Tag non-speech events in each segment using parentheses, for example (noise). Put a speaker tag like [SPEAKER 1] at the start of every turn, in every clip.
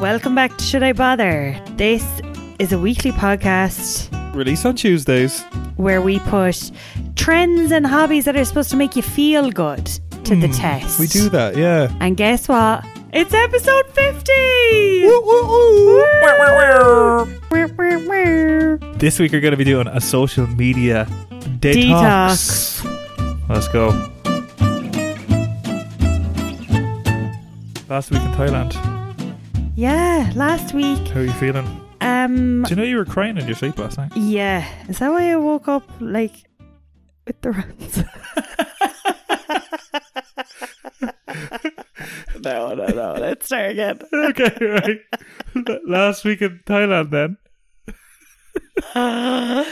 [SPEAKER 1] Welcome back to Should I Bother? This is a weekly podcast
[SPEAKER 2] Release on Tuesdays.
[SPEAKER 1] where we put trends and hobbies that are supposed to make you feel good to the test.
[SPEAKER 2] We do that, yeah.
[SPEAKER 1] And guess what? It's episode 50! Woo.
[SPEAKER 3] This week we're going to be doing a social media detox. Let's go. Last week in Thailand,
[SPEAKER 1] Yeah, last week.
[SPEAKER 3] how are you feeling?
[SPEAKER 1] Um,
[SPEAKER 3] Do you know you were crying in your sleep last night?
[SPEAKER 1] yeah. Is that why I woke up like with the runs? (laughs) no, no, no. Let's start again.
[SPEAKER 3] (laughs) okay, right. (laughs) last week in Thailand, then.
[SPEAKER 1] Uh,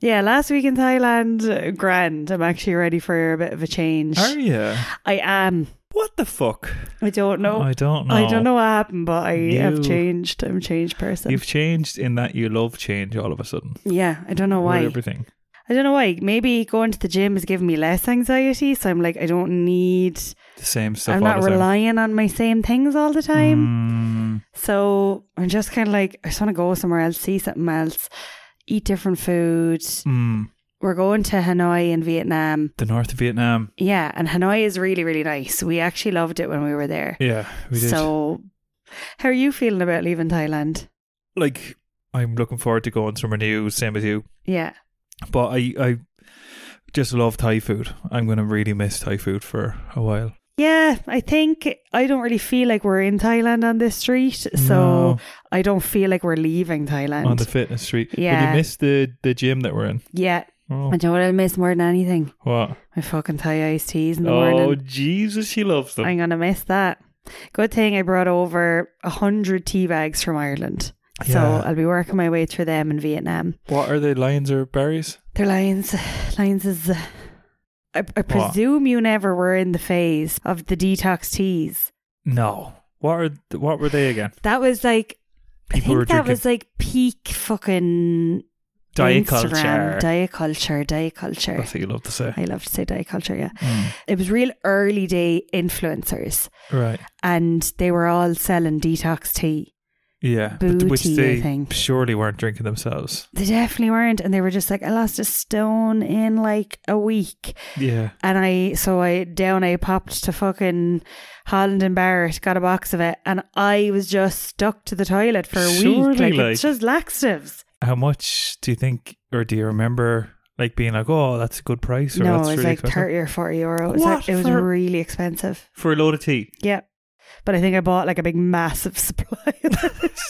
[SPEAKER 1] Yeah, last week in Thailand, uh, grand. I'm actually ready for a bit of a change.
[SPEAKER 3] Are you?
[SPEAKER 1] I am.
[SPEAKER 3] What the fuck?
[SPEAKER 1] I don't know.
[SPEAKER 3] I
[SPEAKER 1] I
[SPEAKER 3] don't
[SPEAKER 1] don't
[SPEAKER 3] know.
[SPEAKER 1] know, what happened, but I have
[SPEAKER 3] You-
[SPEAKER 1] changed. I'm a changed person.
[SPEAKER 3] You've changed in that you love change all of a sudden.
[SPEAKER 1] Yeah, I don't know why.
[SPEAKER 3] With everything.
[SPEAKER 1] I don't know why. Maybe going to the gym is giving me less anxiety, so I'm like, I don't need.
[SPEAKER 3] The same stuff.
[SPEAKER 1] I'm
[SPEAKER 3] all
[SPEAKER 1] not
[SPEAKER 3] the time.
[SPEAKER 1] relying on my same things all the time.
[SPEAKER 3] Mm.
[SPEAKER 1] So I'm just kind of like, I just want to go somewhere else, see something else, eat different food.
[SPEAKER 3] Mm.
[SPEAKER 1] We're going to Hanoi in Vietnam.
[SPEAKER 3] The north of Vietnam.
[SPEAKER 1] Yeah, and Hanoi is really, really nice. We actually loved it when we were there.
[SPEAKER 3] Yeah, we did.
[SPEAKER 1] So, how are you feeling about leaving Thailand?
[SPEAKER 3] like, I'm looking forward to going somewhere new, same as you.
[SPEAKER 1] Yeah,
[SPEAKER 3] But I, I just love Thai food. I'm gonna really miss Thai food for a while.
[SPEAKER 1] yeah. I think I don't really feel like we're in Thailand on this street, so
[SPEAKER 3] No.
[SPEAKER 1] I don't feel like we're leaving Thailand.
[SPEAKER 3] on the fitness street. But
[SPEAKER 1] Yeah.
[SPEAKER 3] you missed the the gym that we're in.
[SPEAKER 1] yeah,
[SPEAKER 3] Oh,
[SPEAKER 1] I know what I miss more than anything.
[SPEAKER 3] what?
[SPEAKER 1] My fucking Thai iced teas in the
[SPEAKER 3] Oh,
[SPEAKER 1] morning.
[SPEAKER 3] Jesus, she loves them.
[SPEAKER 1] I'm gonna miss that. Good thing I brought over a hundred tea bags from Ireland,
[SPEAKER 3] Yeah.
[SPEAKER 1] so I'll be working my way through them in Vietnam.
[SPEAKER 3] What are they? Lions or berries?
[SPEAKER 1] They're lions. Lions is. I, I presume you never were in the phase of the detox teas.
[SPEAKER 3] No. What are th- what were they again?
[SPEAKER 1] That was like.
[SPEAKER 3] People
[SPEAKER 1] I
[SPEAKER 3] were
[SPEAKER 1] think that
[SPEAKER 3] drinking
[SPEAKER 1] was like peak fucking
[SPEAKER 3] diet
[SPEAKER 1] Instagram.
[SPEAKER 3] culture.
[SPEAKER 1] Diet culture. Diet culture.
[SPEAKER 3] That's what you love to say.
[SPEAKER 1] I love to say diet culture. Yeah,
[SPEAKER 3] Mm.
[SPEAKER 1] it was real early day influencers,
[SPEAKER 3] Right.
[SPEAKER 1] and they were all selling detox tea.
[SPEAKER 3] Yeah.
[SPEAKER 1] Booty,
[SPEAKER 3] but, which
[SPEAKER 1] I
[SPEAKER 3] they
[SPEAKER 1] think.
[SPEAKER 3] surely weren't drinking themselves.
[SPEAKER 1] They definitely weren't, and they were just like, "I lost a stone in like a week."
[SPEAKER 3] Yeah.
[SPEAKER 1] And I, so I down, I popped to fucking Holland and Barrett, got a box of it, and I was just stuck to the toilet for a week.
[SPEAKER 3] Surely,
[SPEAKER 1] Like,
[SPEAKER 3] like-
[SPEAKER 1] it's just laxatives.
[SPEAKER 3] How much do you think, or do you remember, like being like, "Oh, that's a good price," or
[SPEAKER 1] no, it
[SPEAKER 3] that's
[SPEAKER 1] was
[SPEAKER 3] really
[SPEAKER 1] like
[SPEAKER 3] expensive
[SPEAKER 1] thirty or forty euro. It was,
[SPEAKER 3] What
[SPEAKER 1] like- it was
[SPEAKER 3] for-
[SPEAKER 1] really expensive.
[SPEAKER 3] for a load of tea?
[SPEAKER 1] Yeah, but I think I bought like a big massive (laughs) supply, of it.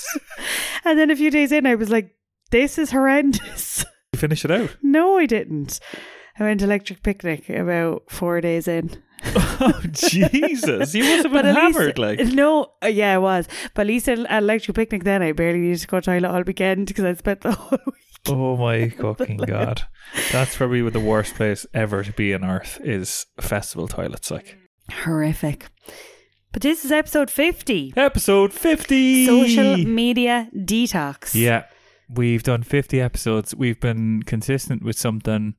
[SPEAKER 1] and then a few days in, I was like, "This is horrendous." (laughs)
[SPEAKER 3] You finish it out.
[SPEAKER 1] no, I didn't. I went to Electric Picnic about four days in.
[SPEAKER 3] (laughs) oh Jesus! You must have
[SPEAKER 1] But
[SPEAKER 3] been
[SPEAKER 1] at least-
[SPEAKER 3] hammered. like,
[SPEAKER 1] No, uh, yeah, I was. But at least at at lecture picnic then, I barely needed to go to the toilet all weekend because I spent the (laughs) whole week. (laughs)
[SPEAKER 3] oh my fucking god, that's probably the worst place ever to be on earth is festival toilets. Like
[SPEAKER 1] Horrific. But this is episode 50
[SPEAKER 3] episode fifty.
[SPEAKER 1] Social Media Detox.
[SPEAKER 3] Yeah, we've done fifty episodes. We've been consistent with something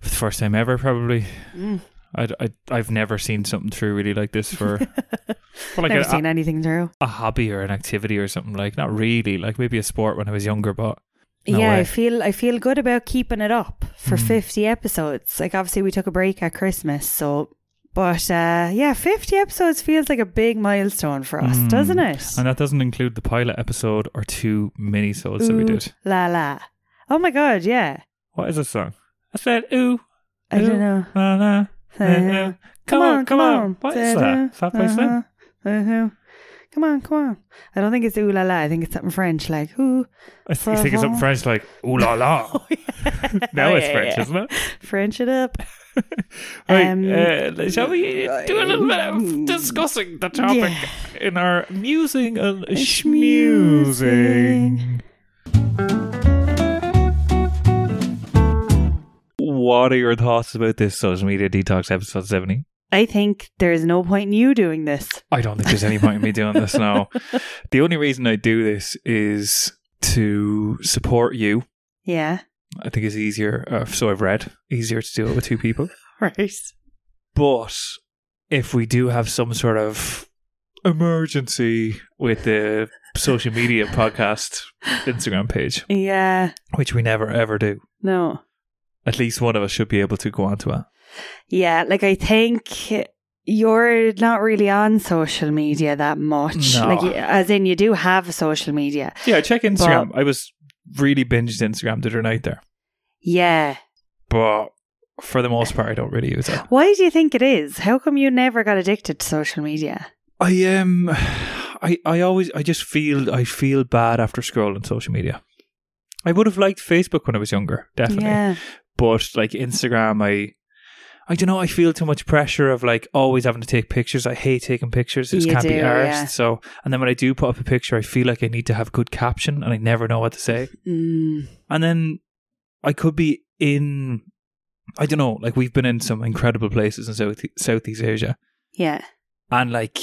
[SPEAKER 3] for the first time ever, probably.
[SPEAKER 1] Mm.
[SPEAKER 3] I, I, I've never seen something through really like this
[SPEAKER 1] (laughs)
[SPEAKER 3] for, for like
[SPEAKER 1] Never
[SPEAKER 3] a,
[SPEAKER 1] seen anything, Drew.
[SPEAKER 3] a hobby or an activity or something like not really like maybe a sport when I was younger, but no
[SPEAKER 1] yeah, I
[SPEAKER 3] way.
[SPEAKER 1] feel I feel good about keeping it up for
[SPEAKER 3] Mm.
[SPEAKER 1] 50 episodes. Like obviously we took a break at Christmas, so but uh, yeah, 50 episodes feels like a big milestone for us,
[SPEAKER 3] Mm.
[SPEAKER 1] doesn't it?
[SPEAKER 3] and that doesn't include the pilot episode or two mini solos that we
[SPEAKER 1] Ooh
[SPEAKER 3] did.
[SPEAKER 1] La la. Oh my god, yeah.
[SPEAKER 3] What is this song? I said ooh
[SPEAKER 1] I
[SPEAKER 3] Ooh.
[SPEAKER 1] don't know.
[SPEAKER 3] na na. na, na.
[SPEAKER 1] Uh-huh.
[SPEAKER 3] Come on, come on. What is that? South by Slim?
[SPEAKER 1] uh Come on, come on. I don't think it's ooh la la. I think it's something French, like ooh.
[SPEAKER 3] I think you think it's something French like ooh la
[SPEAKER 1] (laughs)
[SPEAKER 3] la. (laughs) now
[SPEAKER 1] Oh,
[SPEAKER 3] it's
[SPEAKER 1] yeah,
[SPEAKER 3] French,
[SPEAKER 1] yeah.
[SPEAKER 3] isn't it?
[SPEAKER 1] French it up.
[SPEAKER 3] (laughs) Right,
[SPEAKER 1] Um, Mm.
[SPEAKER 3] uh, shall we do a little bit of discussing the topic
[SPEAKER 1] Yeah.
[SPEAKER 3] in our musing and schmusing? What are your thoughts about this social media detox episode 70?
[SPEAKER 1] I think there is no point in you doing this.
[SPEAKER 3] I don't think there's any point in me doing this now. (laughs) The only reason I do this is to support you. (laughs)
[SPEAKER 1] Yeah,
[SPEAKER 3] I think it's easier, uh, so I've read, easier to do it with two people.
[SPEAKER 1] right.
[SPEAKER 3] But if we do have some sort of emergency with the social media podcast Instagram page,
[SPEAKER 1] Yeah.
[SPEAKER 3] which we never ever do.
[SPEAKER 1] No.
[SPEAKER 3] At least one of us should be able to go onto it.
[SPEAKER 1] Yeah, like I think you're not really on social media that much.
[SPEAKER 3] No.
[SPEAKER 1] Like, y- as in, you do have social media.
[SPEAKER 3] Yeah, check Instagram. I was really binged Instagram the other night there,
[SPEAKER 1] Yeah.
[SPEAKER 3] but for the most part, I don't really use it.
[SPEAKER 1] Why do you think it is? How come you never got addicted to social media?
[SPEAKER 3] I Um, I, I always I just feel I feel bad after scrolling social media. I would have liked Facebook when I was younger, definitely.
[SPEAKER 1] Yeah.
[SPEAKER 3] but like Instagram, I I don't know. I feel too much pressure of like always having to take pictures. I hate taking pictures. It just
[SPEAKER 1] You
[SPEAKER 3] can't be
[SPEAKER 1] do,
[SPEAKER 3] arsed.
[SPEAKER 1] yeah.
[SPEAKER 3] So, and then when I do put up a picture, I feel like I need to have good caption, and I never know what to say.
[SPEAKER 1] Mm.
[SPEAKER 3] And then I could be in. I don't know. Like we've been in some incredible places in South Southeast Asia,
[SPEAKER 1] Yeah.
[SPEAKER 3] and like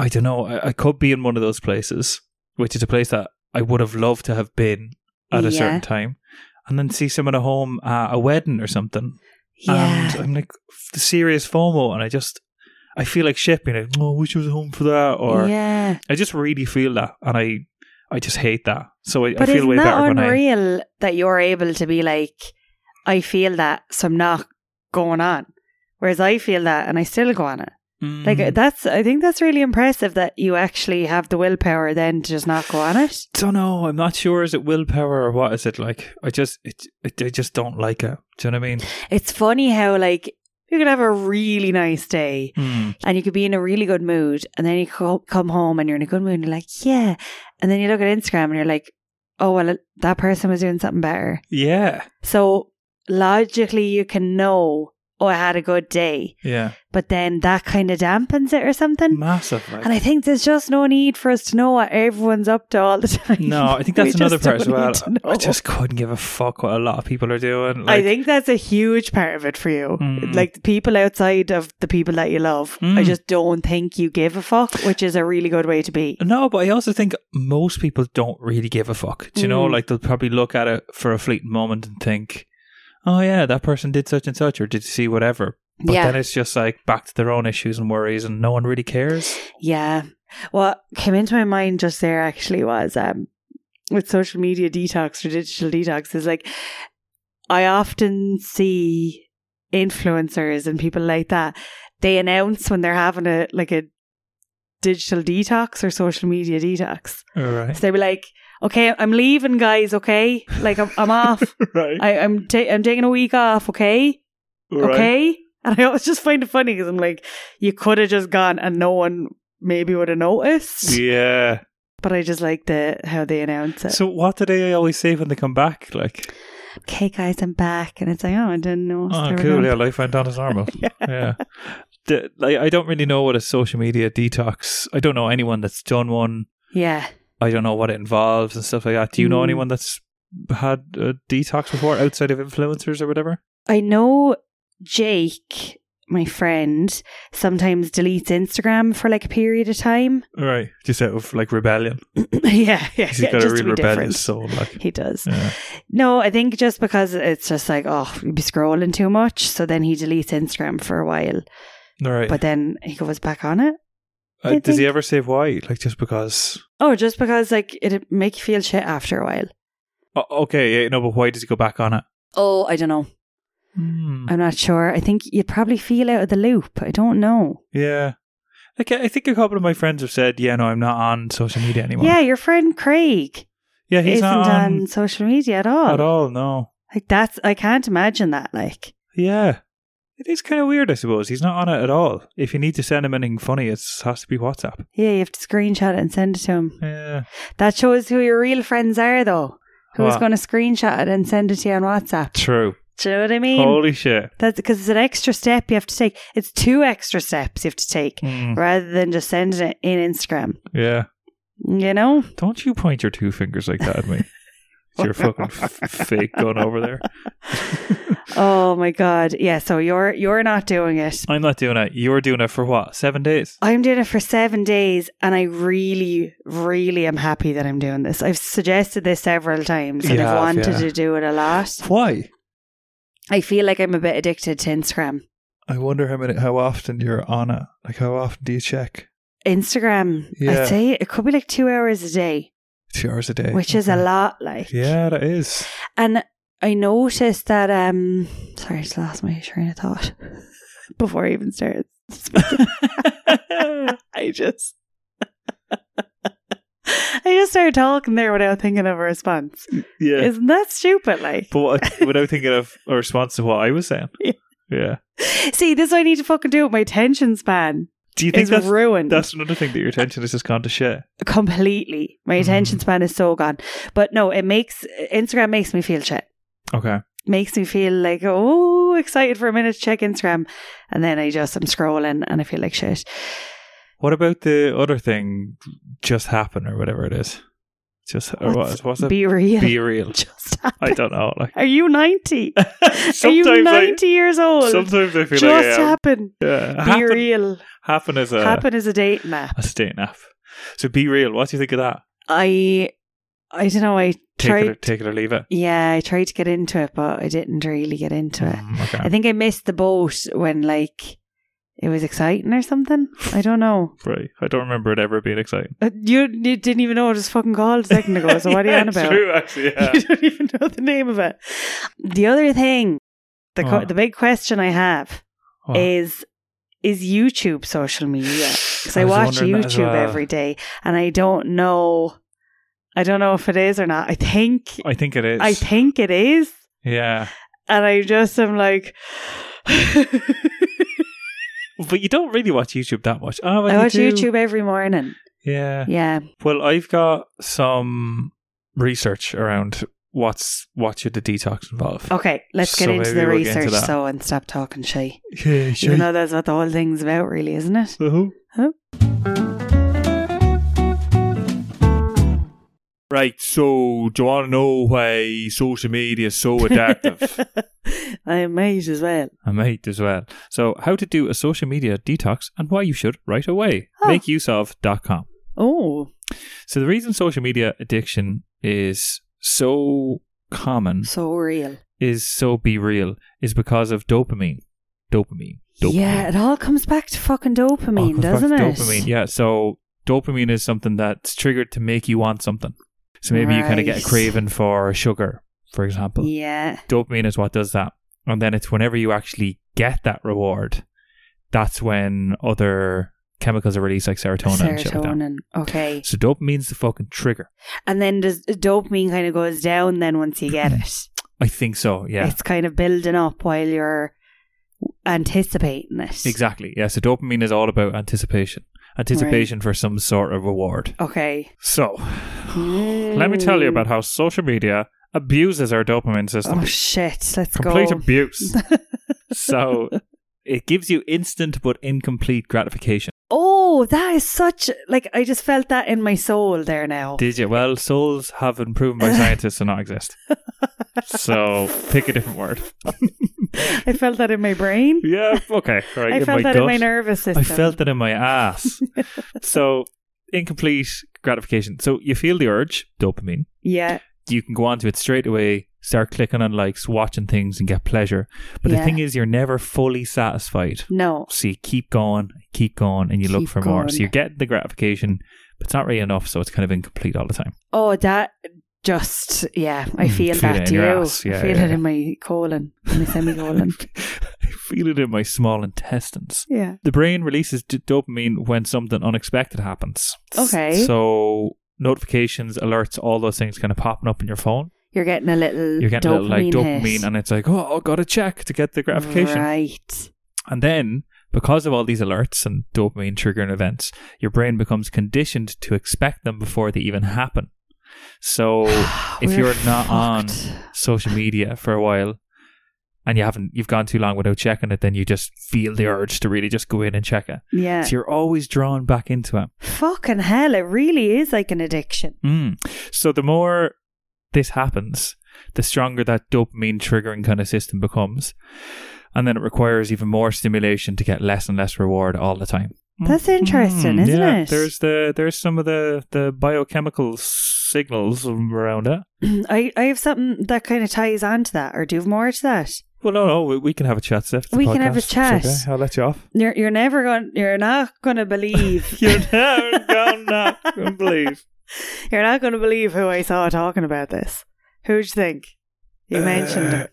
[SPEAKER 3] I don't know. I, I could be in one of those places, which is a place that I would have loved to have been at a
[SPEAKER 1] Yeah.
[SPEAKER 3] certain time, and then see someone at home at a wedding or something.
[SPEAKER 1] Yeah.
[SPEAKER 3] And I'm like f- the serious FOMO, and I just I feel like shit being like, oh, I wish I was home for that, or
[SPEAKER 1] yeah.
[SPEAKER 3] I just really feel that, and I I just hate that. So I, I
[SPEAKER 1] But
[SPEAKER 3] feel
[SPEAKER 1] isn't
[SPEAKER 3] way
[SPEAKER 1] that
[SPEAKER 3] better when I
[SPEAKER 1] unreal that you're able to be like, I feel that, so I'm not going on? Whereas I feel that and I still go on it.
[SPEAKER 3] Mm.
[SPEAKER 1] Like that's, I think that's really impressive that you actually have the willpower then to just not go on it.
[SPEAKER 3] don't know. I'm not sure. Is it willpower or what is it like? I just it, it I just don't like it. Do you know what I mean?
[SPEAKER 1] It's funny how like you could have a really nice day
[SPEAKER 3] Mm.
[SPEAKER 1] and you could be in a really good mood, and then you co- come home and you're in a good mood, and you're like, yeah, and then you look at Instagram and you're like, oh well, that person was doing something better.
[SPEAKER 3] Yeah,
[SPEAKER 1] So logically, you can know, oh, I had a good day,
[SPEAKER 3] yeah,
[SPEAKER 1] but then that kind of dampens it or something.
[SPEAKER 3] massive. Like.
[SPEAKER 1] And I think there's just no need for us to know what everyone's up to all the (laughs) time.
[SPEAKER 3] no, I think
[SPEAKER 1] We
[SPEAKER 3] that's another
[SPEAKER 1] just
[SPEAKER 3] part as
[SPEAKER 1] don't
[SPEAKER 3] well.
[SPEAKER 1] need to know.
[SPEAKER 3] I just couldn't give a fuck what a lot of people are doing.
[SPEAKER 1] I
[SPEAKER 3] Like,
[SPEAKER 1] think that's a huge part of it for you.
[SPEAKER 3] Mm.
[SPEAKER 1] Like the people outside of the people that you love, I
[SPEAKER 3] Mm.
[SPEAKER 1] just don't think you give a fuck, which is a really good way to be.
[SPEAKER 3] No, but I also think most people don't really give a fuck. Do you know?
[SPEAKER 1] Mm.
[SPEAKER 3] Like they'll probably look at it for a fleeting moment and think, "Oh yeah, that person did such and such, or did you see whatever." But
[SPEAKER 1] Yeah.
[SPEAKER 3] then it's just like back to their own issues and worries, and no one really cares.
[SPEAKER 1] Yeah. What came into my mind just there actually was um, with social media detox or digital detox is like I often see influencers and people like that. They announce when they're having a like a digital detox or social media detox.
[SPEAKER 3] All
[SPEAKER 1] (laughs)
[SPEAKER 3] right,
[SPEAKER 1] So they'd be like, "Okay, I'm leaving, guys. Okay, like I'm, I'm off.
[SPEAKER 3] right,
[SPEAKER 1] I, I'm ta- I'm taking a week off. Okay, okay." (laughs) And I always just find it funny because I'm like, you could have just gone and no one maybe would have noticed.
[SPEAKER 3] Yeah.
[SPEAKER 1] But I just like the how they announce it.
[SPEAKER 3] So what do they always say when they come back? Like,
[SPEAKER 1] okay, guys, I'm back, and it's like, oh, I didn't know.
[SPEAKER 3] oh,
[SPEAKER 1] they were
[SPEAKER 3] cool,
[SPEAKER 1] gone."
[SPEAKER 3] yeah, life went on
[SPEAKER 1] (laughs)
[SPEAKER 3] as normal. yeah. The- like, I don't really know what a social media detox. I don't know anyone that's done one.
[SPEAKER 1] yeah.
[SPEAKER 3] I don't know what it involves and stuff like that. Do you know
[SPEAKER 1] Mm.
[SPEAKER 3] anyone that's had a detox before outside of influencers or whatever?
[SPEAKER 1] I know Jake, my friend, sometimes deletes Instagram for like a period of time. (clears throat)
[SPEAKER 3] Right, just out of like rebellion.
[SPEAKER 1] yeah, yeah,
[SPEAKER 3] He's
[SPEAKER 1] yeah.
[SPEAKER 3] got a
[SPEAKER 1] just to
[SPEAKER 3] real
[SPEAKER 1] be different.
[SPEAKER 3] rebellious soul. Like,
[SPEAKER 1] He does.
[SPEAKER 3] yeah.
[SPEAKER 1] No, I think just because it's just like, oh, you'd be scrolling too much. So then he deletes Instagram for a while,
[SPEAKER 3] All right.
[SPEAKER 1] but then he goes back on it.
[SPEAKER 3] Uh,
[SPEAKER 1] I
[SPEAKER 3] does he
[SPEAKER 1] think-
[SPEAKER 3] ever say why? Like, just because?
[SPEAKER 1] Oh, just because like it'd make you feel shit after a while.
[SPEAKER 3] O- okay, yeah, no, but why does he go back on it?
[SPEAKER 1] Oh, I don't know.
[SPEAKER 3] Hmm,
[SPEAKER 1] I'm not sure. I think you'd probably feel out of the loop. I don't know.
[SPEAKER 3] yeah. Like, I I think a couple of my friends have said, yeah, no, I'm not on social media anymore.
[SPEAKER 1] Yeah, your friend Craig
[SPEAKER 3] yeah he's
[SPEAKER 1] isn't
[SPEAKER 3] not
[SPEAKER 1] on
[SPEAKER 3] on
[SPEAKER 1] social media at all.
[SPEAKER 3] at all, no.
[SPEAKER 1] Like that's I can't imagine that. Like
[SPEAKER 3] Yeah. It is kind of weird, I suppose. He's not on it at all. If you need to send him anything funny, it has to be WhatsApp.
[SPEAKER 1] yeah, you have to screenshot it and send it to him.
[SPEAKER 3] Yeah.
[SPEAKER 1] That shows who your real friends are though. Who's
[SPEAKER 3] What?
[SPEAKER 1] going to screenshot it and send it to you on WhatsApp?
[SPEAKER 3] True.
[SPEAKER 1] Do you know what I mean?
[SPEAKER 3] Holy shit.
[SPEAKER 1] That's because it's an extra step you have to take. It's two extra steps you have to take
[SPEAKER 3] Mm,
[SPEAKER 1] rather than just sending it in Instagram.
[SPEAKER 3] yeah.
[SPEAKER 1] You know?
[SPEAKER 3] Don't you point your two fingers like that at me. It's your fucking f- fake gun over there.
[SPEAKER 1] Oh my god. Yeah, so you're you're not doing it.
[SPEAKER 3] I'm not doing it. You're doing it for what? Seven days?
[SPEAKER 1] I'm doing it for 7 days and I really really am happy that I'm doing this. I've suggested this several times and
[SPEAKER 3] You
[SPEAKER 1] I've
[SPEAKER 3] have,
[SPEAKER 1] wanted
[SPEAKER 3] yeah.
[SPEAKER 1] to do it a lot.
[SPEAKER 3] Why?
[SPEAKER 1] I feel like I'm a bit addicted to Instagram.
[SPEAKER 3] I wonder how many, how often you're on it. Like, how often do you check?
[SPEAKER 1] Instagram.
[SPEAKER 3] Yeah.
[SPEAKER 1] I'd say it could be like two hours a day,
[SPEAKER 3] Two hours a day.
[SPEAKER 1] which is a
[SPEAKER 3] Okay.
[SPEAKER 1] lot. Like,
[SPEAKER 3] Yeah, that is.
[SPEAKER 1] And I noticed that. um Sorry, I just lost my train of thought (laughs) before I even started.
[SPEAKER 3] (laughs)
[SPEAKER 1] I just, (laughs) I just started talking there without thinking of a response.
[SPEAKER 3] Yeah.
[SPEAKER 1] Isn't that stupid? Like,
[SPEAKER 3] but
[SPEAKER 1] (laughs)
[SPEAKER 3] what, without thinking of a response to what I was saying.
[SPEAKER 1] Yeah.
[SPEAKER 3] Yeah.
[SPEAKER 1] see, this is what I need to fucking do with my attention span.
[SPEAKER 3] Do you think
[SPEAKER 1] It's
[SPEAKER 3] that's
[SPEAKER 1] ruined
[SPEAKER 3] that's another thing that your attention has just gone to shit?
[SPEAKER 1] completely. My
[SPEAKER 3] Mhm.
[SPEAKER 1] attention span is so gone. But no, it makes Instagram makes me feel shit.
[SPEAKER 3] Okay.
[SPEAKER 1] makes me feel like oh excited for a minute to check Instagram and then I just I'm scrolling and I feel like shit.
[SPEAKER 3] What about the other thing just happen or whatever it is? Just or what
[SPEAKER 1] What's-
[SPEAKER 3] is- what's it?
[SPEAKER 1] Be real.
[SPEAKER 3] Be real.
[SPEAKER 1] (laughs) just
[SPEAKER 3] I
[SPEAKER 1] (laughs) happen.
[SPEAKER 3] don't know. Like
[SPEAKER 1] Are you
[SPEAKER 3] (laughs)
[SPEAKER 1] 90? Are
[SPEAKER 3] sometimes
[SPEAKER 1] you
[SPEAKER 3] I
[SPEAKER 1] 90 years old?
[SPEAKER 3] sometimes I feel
[SPEAKER 1] just
[SPEAKER 3] like I am. Uh,
[SPEAKER 1] happen.
[SPEAKER 3] Yeah.
[SPEAKER 1] Be
[SPEAKER 3] happen,
[SPEAKER 1] real.
[SPEAKER 3] happen is a
[SPEAKER 1] happen is a dating app.
[SPEAKER 3] a dating app. So be real. What do you think of that?
[SPEAKER 1] I I don't know I
[SPEAKER 3] Take it, or,
[SPEAKER 1] tried
[SPEAKER 3] take it or leave it.
[SPEAKER 1] yeah, I tried to get into it but I didn't really get into it.
[SPEAKER 3] Mm,
[SPEAKER 1] I
[SPEAKER 3] okay.
[SPEAKER 1] think I missed the boat when like it was exciting or something. I don't know.
[SPEAKER 3] Right. I don't remember it ever being exciting.
[SPEAKER 1] Uh, You, you didn't even know what it was fucking called a second ago, so what are you
[SPEAKER 3] (laughs) Yeah,
[SPEAKER 1] on about?
[SPEAKER 3] True, actually. Yeah.
[SPEAKER 1] (laughs) You don't even know the name of it. The other thing, the co-
[SPEAKER 3] What?
[SPEAKER 1] the big question I have
[SPEAKER 3] Well,
[SPEAKER 1] is is YouTube social media? Because
[SPEAKER 3] I
[SPEAKER 1] I,
[SPEAKER 3] was
[SPEAKER 1] watch
[SPEAKER 3] wondering that as
[SPEAKER 1] YouTube
[SPEAKER 3] well.
[SPEAKER 1] every day, and I don't know, I don't know if it is or not. I think
[SPEAKER 3] I think it is.
[SPEAKER 1] I think it is,
[SPEAKER 3] Yeah.
[SPEAKER 1] and I just am like. (laughs)
[SPEAKER 3] But you don't really watch YouTube that much. Oh, well,
[SPEAKER 1] I
[SPEAKER 3] you
[SPEAKER 1] watch
[SPEAKER 3] do.
[SPEAKER 1] YouTube every morning.
[SPEAKER 3] Yeah.
[SPEAKER 1] Yeah.
[SPEAKER 3] Well, I've got some research around what's what should the detox involve.
[SPEAKER 1] Okay, let's get
[SPEAKER 3] So
[SPEAKER 1] into
[SPEAKER 3] maybe
[SPEAKER 1] the
[SPEAKER 3] we'll get into
[SPEAKER 1] research,
[SPEAKER 3] that.
[SPEAKER 1] so and stop talking shy.
[SPEAKER 3] Yeah, Uh-huh.
[SPEAKER 1] You know that's what the whole thing's about, really, isn't it?
[SPEAKER 3] Right, so do you want to know why social media is so addictive?
[SPEAKER 1] (laughs) I might as well.
[SPEAKER 3] I might as well. So, how to do a social media detox and why you should right away.
[SPEAKER 1] Oh.
[SPEAKER 3] Make use of dot com.
[SPEAKER 1] Oh,
[SPEAKER 3] So, the reason social media addiction is so common
[SPEAKER 1] so real.
[SPEAKER 3] is so be real is because of dopamine. Dopamine. Dopamine.
[SPEAKER 1] Yeah, it all comes back to fucking dopamine,
[SPEAKER 3] Oh,
[SPEAKER 1] doesn't it?
[SPEAKER 3] comes back to Dopamine. Yeah. So dopamine is something that's triggered to make you want something. So maybe you kind of get a
[SPEAKER 1] Right.
[SPEAKER 3] craving for sugar, for example.
[SPEAKER 1] Yeah.
[SPEAKER 3] Dopamine is what does that. And then it's whenever you actually get that reward, that's when other chemicals are released, like serotonin, and shit like that.
[SPEAKER 1] Serotonin. Okay.
[SPEAKER 3] So dopamine's the fucking trigger.
[SPEAKER 1] And then does dopamine kind of goes down then once you get it.
[SPEAKER 3] I think so. Yeah.
[SPEAKER 1] It's kind of building up while you're anticipating it.
[SPEAKER 3] exactly. Yeah. So dopamine is all about anticipation, anticipation for some sort of reward.
[SPEAKER 1] Okay.
[SPEAKER 3] So Let me tell you about how social media abuses our dopamine system.
[SPEAKER 1] Oh shit! Let's
[SPEAKER 3] Complete
[SPEAKER 1] go. (laughs)
[SPEAKER 3] abuse. so it gives you instant but incomplete gratification.
[SPEAKER 1] oh, that is such like I just felt that in my soul there now.
[SPEAKER 3] Did you? Well, souls have been proven by scientists to not exist.
[SPEAKER 1] (laughs)
[SPEAKER 3] So pick a different word.
[SPEAKER 1] I felt that in my brain.
[SPEAKER 3] (laughs) Yeah, okay. all right,
[SPEAKER 1] I
[SPEAKER 3] in
[SPEAKER 1] felt
[SPEAKER 3] my
[SPEAKER 1] that
[SPEAKER 3] gut.
[SPEAKER 1] in my nervous system.
[SPEAKER 3] I felt that in
[SPEAKER 1] (laughs)
[SPEAKER 3] my ass. so incomplete gratification. So you feel the urge, dopamine.
[SPEAKER 1] Yeah.
[SPEAKER 3] you can go onto it straight away, start clicking on likes, watching things, and get pleasure. But the
[SPEAKER 1] Yeah.
[SPEAKER 3] thing is, you're never fully satisfied.
[SPEAKER 1] No.
[SPEAKER 3] So you keep going, keep going, and you look
[SPEAKER 1] Keep
[SPEAKER 3] for more. So
[SPEAKER 1] going.
[SPEAKER 3] you're getting the gratification, but it's not really enough. So it's kind of incomplete all the time.
[SPEAKER 1] Oh, that just yeah. I
[SPEAKER 3] Mm,
[SPEAKER 1] feel,
[SPEAKER 3] feel it
[SPEAKER 1] that
[SPEAKER 3] in your
[SPEAKER 1] you.
[SPEAKER 3] ass. Yeah,
[SPEAKER 1] I feel
[SPEAKER 3] yeah,
[SPEAKER 1] it
[SPEAKER 3] yeah.
[SPEAKER 1] in my colon, in my
[SPEAKER 3] (laughs)
[SPEAKER 1] semicolon.
[SPEAKER 3] I feel it in my small intestines.
[SPEAKER 1] yeah.
[SPEAKER 3] The brain releases d- dopamine when something unexpected happens.
[SPEAKER 1] Okay.
[SPEAKER 3] So notifications, alerts, all those things kind of popping up in your phone.
[SPEAKER 1] You're getting a little.
[SPEAKER 3] You're getting a
[SPEAKER 1] dopamine
[SPEAKER 3] little, like dopamine,
[SPEAKER 1] hit.
[SPEAKER 3] and it's like, oh, i got to check to get the gratification.
[SPEAKER 1] Right.
[SPEAKER 3] And then, because of all these alerts and dopamine triggering events, your brain becomes conditioned to expect them before they even happen. So,
[SPEAKER 1] (sighs)
[SPEAKER 3] if
[SPEAKER 1] We're
[SPEAKER 3] you're not on
[SPEAKER 1] fucked.
[SPEAKER 3] social media for a while and you haven't, you've gone too long without checking it, then you just feel the urge to really just go in and check it.
[SPEAKER 1] yeah.
[SPEAKER 3] So you're always drawn back into it.
[SPEAKER 1] Fucking hell! It really is like an addiction. (clears throat)
[SPEAKER 3] Mm. So the more this happens, the stronger that dopamine triggering kind of system becomes. And then it requires even more stimulation to get less and less reward all the time.
[SPEAKER 1] That's interesting,
[SPEAKER 3] Mm,
[SPEAKER 1] isn't
[SPEAKER 3] yeah.
[SPEAKER 1] it?
[SPEAKER 3] There's the there's some of the, the biochemical signals around it.
[SPEAKER 1] I I have something that kind of ties on to that, or do more to that.
[SPEAKER 3] Well, no, no, we, we can have a chat, Steph. It's
[SPEAKER 1] We can have a
[SPEAKER 3] podcast. It's
[SPEAKER 1] chat.
[SPEAKER 3] okay. I'll let you off. (laughs)
[SPEAKER 1] You're you're never going. You're not going to believe.
[SPEAKER 3] You're down, down, not gonna believe.
[SPEAKER 1] you're not going to believe who I saw talking about this. Who'd you think? You mentioned
[SPEAKER 3] Uh,
[SPEAKER 1] him.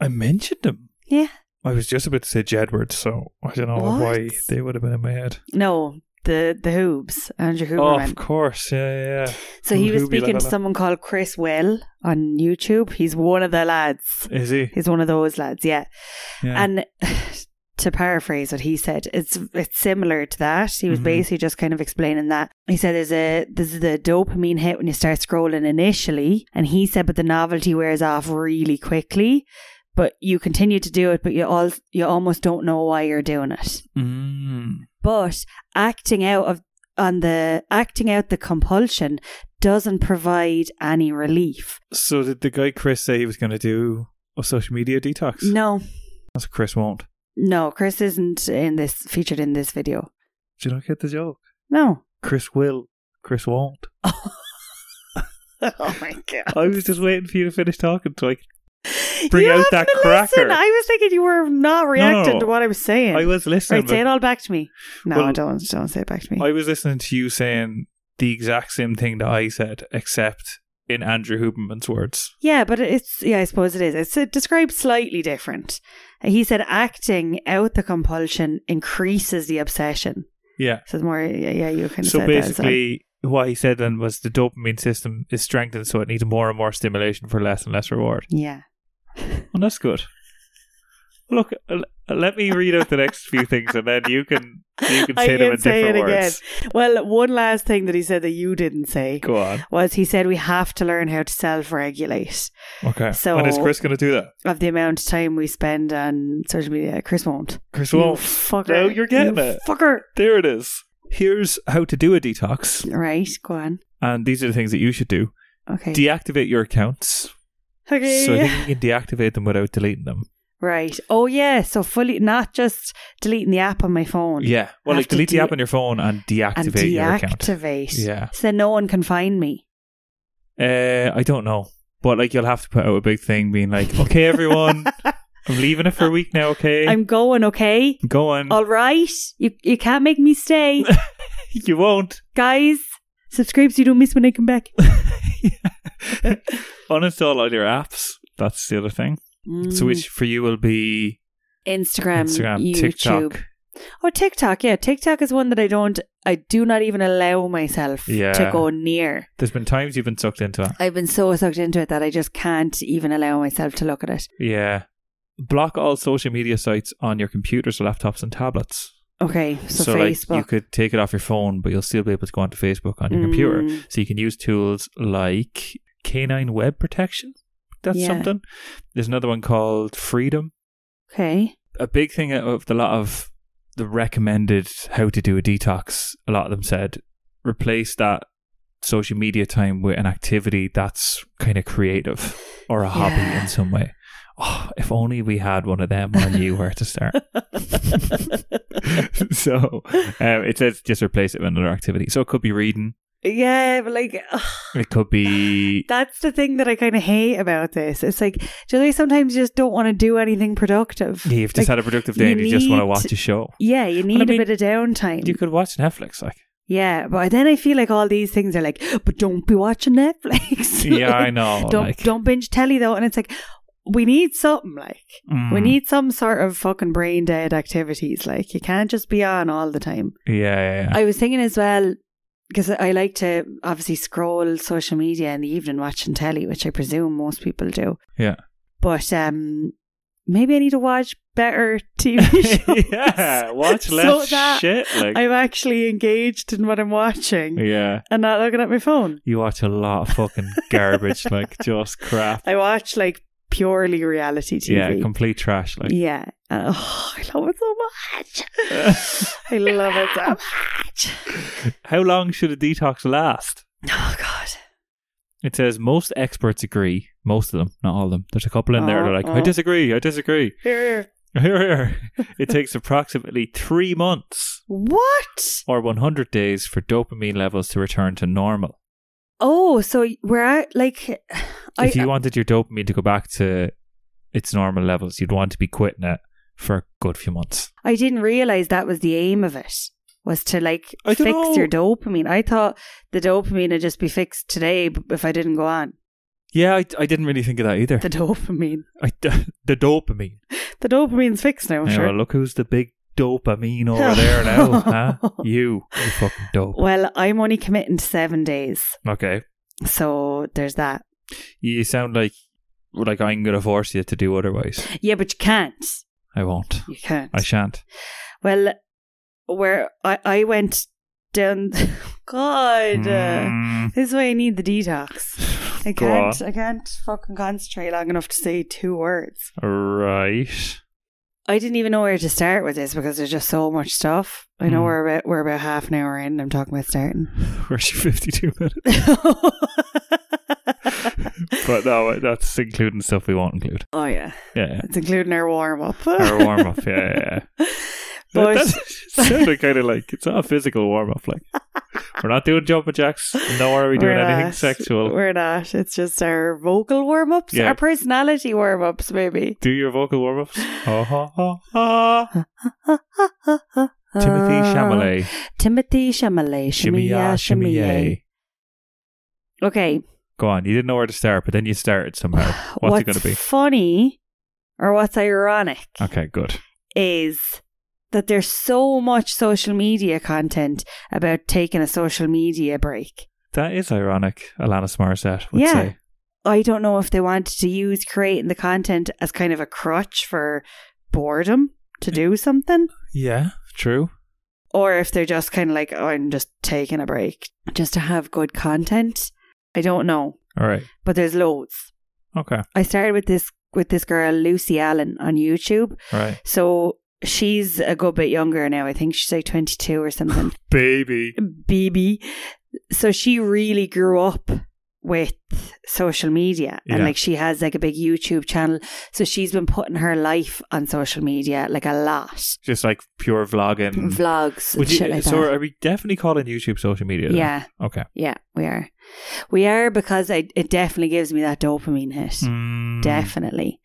[SPEAKER 3] I mentioned him.
[SPEAKER 1] Yeah.
[SPEAKER 3] I was just about to say Jedward, so I don't know
[SPEAKER 1] What?
[SPEAKER 3] why they would have been in my head.
[SPEAKER 1] No, the the Hoobs, Andrew
[SPEAKER 3] Oh,
[SPEAKER 1] Hooberman.
[SPEAKER 3] of course, yeah, yeah.
[SPEAKER 1] so he was
[SPEAKER 3] Hoobie la
[SPEAKER 1] speaking
[SPEAKER 3] la
[SPEAKER 1] to
[SPEAKER 3] la.
[SPEAKER 1] someone called Chris Well on YouTube. He's one of the lads.
[SPEAKER 3] yeah. Is he?
[SPEAKER 1] He's one of those lads, yeah.
[SPEAKER 3] Yeah.
[SPEAKER 1] And to paraphrase what he said, it's it's similar to that. He was
[SPEAKER 3] Mhm.
[SPEAKER 1] basically just kind of explaining that. He said there's a there's the dopamine hit when you start scrolling initially, and he said but the novelty wears off really quickly. But you continue to do it, but you all you almost don't know why you're doing it.
[SPEAKER 3] mm.
[SPEAKER 1] But acting out of on the acting out the compulsion doesn't provide any relief.
[SPEAKER 3] So did the guy Chris say he was going to do a social media detox?
[SPEAKER 1] No,
[SPEAKER 3] That's what Chris won't.
[SPEAKER 1] no, Chris isn't in this featured in this video.
[SPEAKER 3] Do you not get the joke?
[SPEAKER 1] No.
[SPEAKER 3] Chris will. Chris won't.
[SPEAKER 1] (laughs) oh my god.
[SPEAKER 3] I was just waiting for you to finish talking so I could bring out that
[SPEAKER 1] haven't
[SPEAKER 3] cracker.
[SPEAKER 1] listened. I was thinking you were not reacting
[SPEAKER 3] no.
[SPEAKER 1] to what I was saying.
[SPEAKER 3] I was listening.
[SPEAKER 1] right, say it
[SPEAKER 3] but
[SPEAKER 1] all back to me. No,
[SPEAKER 3] Well-
[SPEAKER 1] don't don't say it back to me.
[SPEAKER 3] I was listening to you saying the exact same thing that I said, except in Andrew Huberman's words.
[SPEAKER 1] yeah, but it's yeah, I suppose it is. It's uh, described slightly different. He said acting out the compulsion increases the obsession.
[SPEAKER 3] Yeah.
[SPEAKER 1] So the more yeah, yeah you kind of
[SPEAKER 3] So
[SPEAKER 1] said that as well.
[SPEAKER 3] basically, what he said then was the dopamine system is strengthened, so it needs more and more stimulation for less and less reward.
[SPEAKER 1] Yeah.
[SPEAKER 3] Well, that's good. Look, l- let me read out the next few things, and then you can you can
[SPEAKER 1] I
[SPEAKER 3] say them
[SPEAKER 1] can
[SPEAKER 3] in
[SPEAKER 1] say
[SPEAKER 3] different
[SPEAKER 1] it again.
[SPEAKER 3] words.
[SPEAKER 1] Well, one last thing that he said that you didn't say
[SPEAKER 3] Go on.
[SPEAKER 1] was he said we have to learn how to self regulate
[SPEAKER 3] Okay.
[SPEAKER 1] So-
[SPEAKER 3] and is Chris going to do that?
[SPEAKER 1] of the amount of time we spend on social media. Chris won't.
[SPEAKER 3] Chris
[SPEAKER 1] You
[SPEAKER 3] won't.
[SPEAKER 1] fucker.
[SPEAKER 3] No, you're getting
[SPEAKER 1] You
[SPEAKER 3] it.
[SPEAKER 1] Fucker.
[SPEAKER 3] There it is. Here's how to do a detox,
[SPEAKER 1] Right, go on.
[SPEAKER 3] and these are the things that you should do:
[SPEAKER 1] Okay.
[SPEAKER 3] deactivate your accounts.
[SPEAKER 1] okay.
[SPEAKER 3] So I think you can deactivate them without deleting them.
[SPEAKER 1] right. Oh yeah. So fully not just deleting the app on my phone.
[SPEAKER 3] Yeah. Well,
[SPEAKER 1] Have
[SPEAKER 3] like
[SPEAKER 1] to
[SPEAKER 3] delete
[SPEAKER 1] de-
[SPEAKER 3] the app on your phone and deactivate
[SPEAKER 1] And
[SPEAKER 3] your account.
[SPEAKER 1] deactivate.
[SPEAKER 3] Yeah.
[SPEAKER 1] So then no one can find me.
[SPEAKER 3] Uh, I don't know. But like you'll have to put out a big thing being like, okay,
[SPEAKER 1] (laughs)
[SPEAKER 3] everyone, I'm leaving it for a week now, okay?
[SPEAKER 1] I'm going, okay?
[SPEAKER 3] Go on.
[SPEAKER 1] All right. You you can't make me
[SPEAKER 3] (laughs)
[SPEAKER 1] stay.
[SPEAKER 3] you won't. (laughs)
[SPEAKER 1] Guys, subscribe so you don't miss when I come back.
[SPEAKER 3] Uninstall all your apps. That's the other thing. So which for you will be
[SPEAKER 1] Mm. Instagram,
[SPEAKER 3] Instagram,
[SPEAKER 1] YouTube.
[SPEAKER 3] TikTok.
[SPEAKER 1] Oh, TikTok. Yeah, TikTok is one that I don't, I do not even allow myself
[SPEAKER 3] Yeah.
[SPEAKER 1] to go near.
[SPEAKER 3] There's been times you've been sucked into it.
[SPEAKER 1] I've been so sucked into it that I just can't even allow myself to look at it.
[SPEAKER 3] Yeah. Block all social media sites on your computers, laptops, and tablets.
[SPEAKER 1] Okay, so,
[SPEAKER 3] like
[SPEAKER 1] Facebook.
[SPEAKER 3] you could take it off your phone, but you'll still be able to go onto Facebook on your computer.
[SPEAKER 1] Mm.
[SPEAKER 3] So you can use tools like Canine Web Protection. That's
[SPEAKER 1] Yeah.
[SPEAKER 3] something. There's another one called Freedom.
[SPEAKER 1] okay. (laughs)
[SPEAKER 3] A big thing of the lot of the recommended how to do a detox. A lot of them said replace that social media time with an activity that's kind of creative or a hobby
[SPEAKER 1] Yeah.
[SPEAKER 3] in some way. Oh, if only we had one of them or knew where
[SPEAKER 1] (laughs)
[SPEAKER 3] to start. (laughs) so um, it says just replace it with another activity. So it could be reading.
[SPEAKER 1] yeah, but like ugh,
[SPEAKER 3] It could
[SPEAKER 1] (laughs)
[SPEAKER 3] be
[SPEAKER 1] that's the thing that I kind of hate about this. It's like, do they sometimes just don't want to do anything productive?
[SPEAKER 3] yeah, you've just
[SPEAKER 1] Like,
[SPEAKER 3] had a productive day and you just want to
[SPEAKER 1] need-
[SPEAKER 3] watch a show.
[SPEAKER 1] yeah, you need
[SPEAKER 3] I
[SPEAKER 1] a
[SPEAKER 3] mean,
[SPEAKER 1] bit of downtime.
[SPEAKER 3] You could watch Netflix,
[SPEAKER 1] (laughs)
[SPEAKER 3] like.
[SPEAKER 1] yeah, but then I feel like all these things are like, but don't be watching Netflix. (laughs)
[SPEAKER 3] Yeah, I
[SPEAKER 1] Like,
[SPEAKER 3] know.
[SPEAKER 1] Don't
[SPEAKER 3] like,
[SPEAKER 1] don't binge telly though, and it's like we need something like we
[SPEAKER 3] mm,
[SPEAKER 1] need some sort of fucking brain dead activities. Like you can't just be on all the time.
[SPEAKER 3] Yeah, yeah, yeah.
[SPEAKER 1] I was thinking as well because I like to obviously scroll social media in the evening watching telly, which I presume most people do.
[SPEAKER 3] Yeah.
[SPEAKER 1] But um, maybe I need to watch better (laughs)
[SPEAKER 3] (laughs)
[SPEAKER 1] TV shows.
[SPEAKER 3] yeah, watch
[SPEAKER 1] So
[SPEAKER 3] less
[SPEAKER 1] that
[SPEAKER 3] shit. Like,
[SPEAKER 1] I'm actually engaged in what I'm watching
[SPEAKER 3] yeah,
[SPEAKER 1] and not looking at my phone.
[SPEAKER 3] you watch a lot of
[SPEAKER 1] (laughs)
[SPEAKER 3] fucking garbage, like just crap.
[SPEAKER 1] I watch like purely reality TV.
[SPEAKER 3] Yeah, complete trash. Like,
[SPEAKER 1] Yeah. Uh, oh, I love it so much.
[SPEAKER 3] (laughs)
[SPEAKER 1] I love it so much.
[SPEAKER 3] how long should a detox last?
[SPEAKER 1] Oh God.
[SPEAKER 3] It says most experts agree. Most of them, not all of them. There's a couple in there that are like,
[SPEAKER 1] Uh-uh.
[SPEAKER 3] I disagree. I disagree. (laughs)
[SPEAKER 1] Here.
[SPEAKER 3] Here, here. It takes approximately three months
[SPEAKER 1] What?
[SPEAKER 3] or 100 days for dopamine levels to return to normal.
[SPEAKER 1] Oh, so we're at like (sighs) I
[SPEAKER 3] if you wanted your dopamine to go back to its normal levels. You'd want to be quitting it for a good few months.
[SPEAKER 1] I didn't realize that was the aim of it was to like
[SPEAKER 2] I
[SPEAKER 1] fix
[SPEAKER 2] don't
[SPEAKER 1] your dopamine. I thought the dopamine would just be fixed today b- if I didn't go on.
[SPEAKER 3] Yeah, I, I didn't really think of that either.
[SPEAKER 1] The dopamine.
[SPEAKER 3] I, (laughs) the dopamine.
[SPEAKER 1] The dopamine's fixed now,
[SPEAKER 3] Yeah,
[SPEAKER 1] Oh, sure.
[SPEAKER 3] well, look who's the big
[SPEAKER 1] (laughs)
[SPEAKER 3] dopamine over there now, huh? You, you fucking dope.
[SPEAKER 1] Well, I'm only committing to seven days.
[SPEAKER 3] Okay,
[SPEAKER 1] So there's that.
[SPEAKER 3] you sound like like I'm gonna force you to do otherwise.
[SPEAKER 1] Yeah, but you can't.
[SPEAKER 3] I won't.
[SPEAKER 1] You can't.
[SPEAKER 3] I shan't.
[SPEAKER 1] well, where I, I went down. (laughs) God. uh, (laughs)
[SPEAKER 3] Mm.
[SPEAKER 1] this is why I need the
[SPEAKER 3] (sighs)
[SPEAKER 1] detox. I
[SPEAKER 3] Go on.
[SPEAKER 1] can't. I can't fucking concentrate long enough to say two words.
[SPEAKER 3] Right. (laughs)
[SPEAKER 1] I didn't even know where to start with this because there's just so much stuff. I know
[SPEAKER 3] Mm.
[SPEAKER 1] we're about we're about half an hour in. I'm talking about starting.
[SPEAKER 3] Where's your 52 minutes?
[SPEAKER 1] (laughs)
[SPEAKER 3] But no, that's including stuff we won't include.
[SPEAKER 1] oh yeah,
[SPEAKER 3] Yeah.
[SPEAKER 1] it's including our warm up.
[SPEAKER 3] yeah. Our warm up. Yeah, yeah, yeah.
[SPEAKER 1] (laughs) But-
[SPEAKER 3] that, that (laughs) sounded kind of like it's not a physical warm up. Like we're not doing jumping jacks. Nor are we doing
[SPEAKER 1] We're
[SPEAKER 3] anything
[SPEAKER 1] not.
[SPEAKER 3] sexual.
[SPEAKER 1] We're not. It's just our vocal warm ups,
[SPEAKER 3] Yeah.
[SPEAKER 1] our personality warm ups, maybe.
[SPEAKER 3] Do your vocal warm
[SPEAKER 1] (laughs)
[SPEAKER 3] ups. Ha ha ha ha. Timothy
[SPEAKER 1] Uh,
[SPEAKER 3] Chalamet.
[SPEAKER 1] Timothy Chalamet. Shimmy ya, shimmy ya. Okay,
[SPEAKER 3] Go on. You didn't know where to start, but then you started somehow.
[SPEAKER 1] (sighs)
[SPEAKER 3] What's,
[SPEAKER 1] what's
[SPEAKER 3] it going to be?
[SPEAKER 1] funny or what's ironic?
[SPEAKER 3] Okay, good.
[SPEAKER 1] is that there's so much social media content about taking a social media break.
[SPEAKER 3] That is ironic. Alanis Morissette would
[SPEAKER 1] Yeah.
[SPEAKER 3] say.
[SPEAKER 1] I don't know if they wanted to use creating the content as kind of a crutch for boredom to do something,
[SPEAKER 3] Yeah. True.
[SPEAKER 1] or if they're just kind of like, oh, I'm just taking a break just to have good content. I don't know,
[SPEAKER 3] All right.
[SPEAKER 1] but there's loads.
[SPEAKER 3] Okay.
[SPEAKER 1] I started with this with this girl Lucy Allen on YouTube.
[SPEAKER 3] All right.
[SPEAKER 1] So she's a good bit younger now. I think she's like 22 or something.
[SPEAKER 3] Baby.
[SPEAKER 1] baby. So she really grew up with social media and
[SPEAKER 3] Yeah.
[SPEAKER 1] like she has like a big YouTube channel. So she's been putting her life on social media like a lot.
[SPEAKER 3] Just like pure
[SPEAKER 1] Vlogs
[SPEAKER 3] vlogging.
[SPEAKER 1] and
[SPEAKER 3] Mm-hmm. Would you-
[SPEAKER 1] shit like
[SPEAKER 3] so
[SPEAKER 1] that.
[SPEAKER 3] are we definitely calling YouTube social media? then?
[SPEAKER 1] yeah,
[SPEAKER 3] Okay.
[SPEAKER 1] yeah, we are. We are because I, it definitely gives me that dopamine hit. Hmm. Mm. Definitely.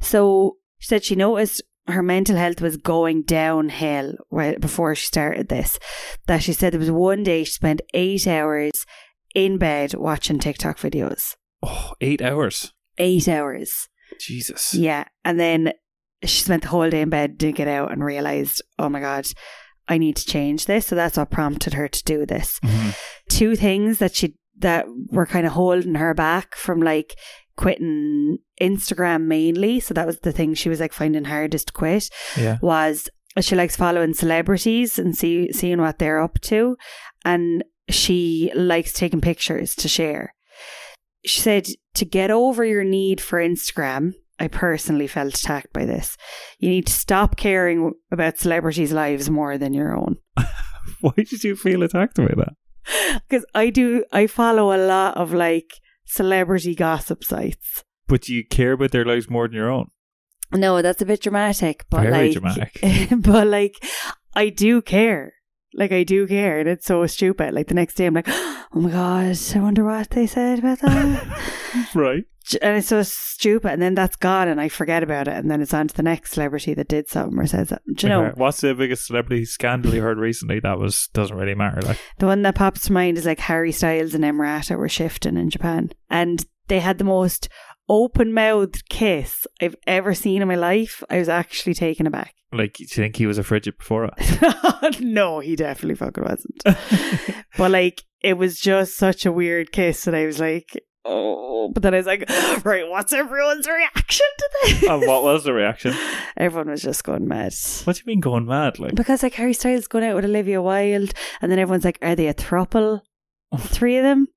[SPEAKER 1] So she said she noticed her mental health was going downhill right before she started this. That she said there was one day she spent eight hours in bed watching TikTok videos.
[SPEAKER 3] Oh, eight hours.
[SPEAKER 1] Eight hours.
[SPEAKER 3] Jesus.
[SPEAKER 1] Yeah. And then she spent the whole day in bed, didn't get out, and realized, oh my God, I need to change this. So that's what prompted her to do this
[SPEAKER 3] Mhm.
[SPEAKER 1] two things that she that were kind of holding her back from like quitting Instagram mainly. So that was the thing she was like finding hardest to quit
[SPEAKER 3] Yeah.
[SPEAKER 1] was she likes following celebrities and see seeing what they're up to, and she likes taking pictures to share. She said to get over your need for Instagram. I personally felt attacked by this. You need to stop caring about celebrities' lives more than your own.
[SPEAKER 3] (laughs) Why did you feel attacked by that?
[SPEAKER 1] Because I do, I follow a lot of like celebrity gossip sites.
[SPEAKER 3] But do you care about their lives more than your own?
[SPEAKER 1] No, that's a bit dramatic, but like,
[SPEAKER 3] Very dramatic.
[SPEAKER 1] (laughs)
[SPEAKER 3] (laughs)
[SPEAKER 1] but like, I do care. Like, I do care, and it's so stupid. Like, the next day, I'm like, (gasps) oh my God, I wonder what they said about
[SPEAKER 3] (laughs)
[SPEAKER 1] that.
[SPEAKER 3] Right.
[SPEAKER 1] and it's so stupid. And then that's gone, and I forget about it. And then it's on to the next celebrity that did something or says something. Do you know?
[SPEAKER 3] What's the biggest celebrity scandal you heard recently? That was doesn't really matter. Like,
[SPEAKER 1] The one that pops to mind is like Harry Styles and Emirata were shifting in Japan, and they had the most open mouthed kiss I've ever seen in my life. I was actually taken aback. (laughs)
[SPEAKER 3] like, do you think he was a frigid before it?
[SPEAKER 1] no, he definitely fucking wasn't. but like, it was just such a weird kiss, and I was like, oh. But then I was like, (gasps) right, what's everyone's reaction to this?
[SPEAKER 3] and what was the reaction?
[SPEAKER 1] Everyone was just going mad.
[SPEAKER 3] What do you mean going mad? Like,
[SPEAKER 1] Because like Harry Styles going out with Olivia Wilde, and then everyone's like, "Are they a throuple?"
[SPEAKER 3] Oh.
[SPEAKER 1] The Three of them.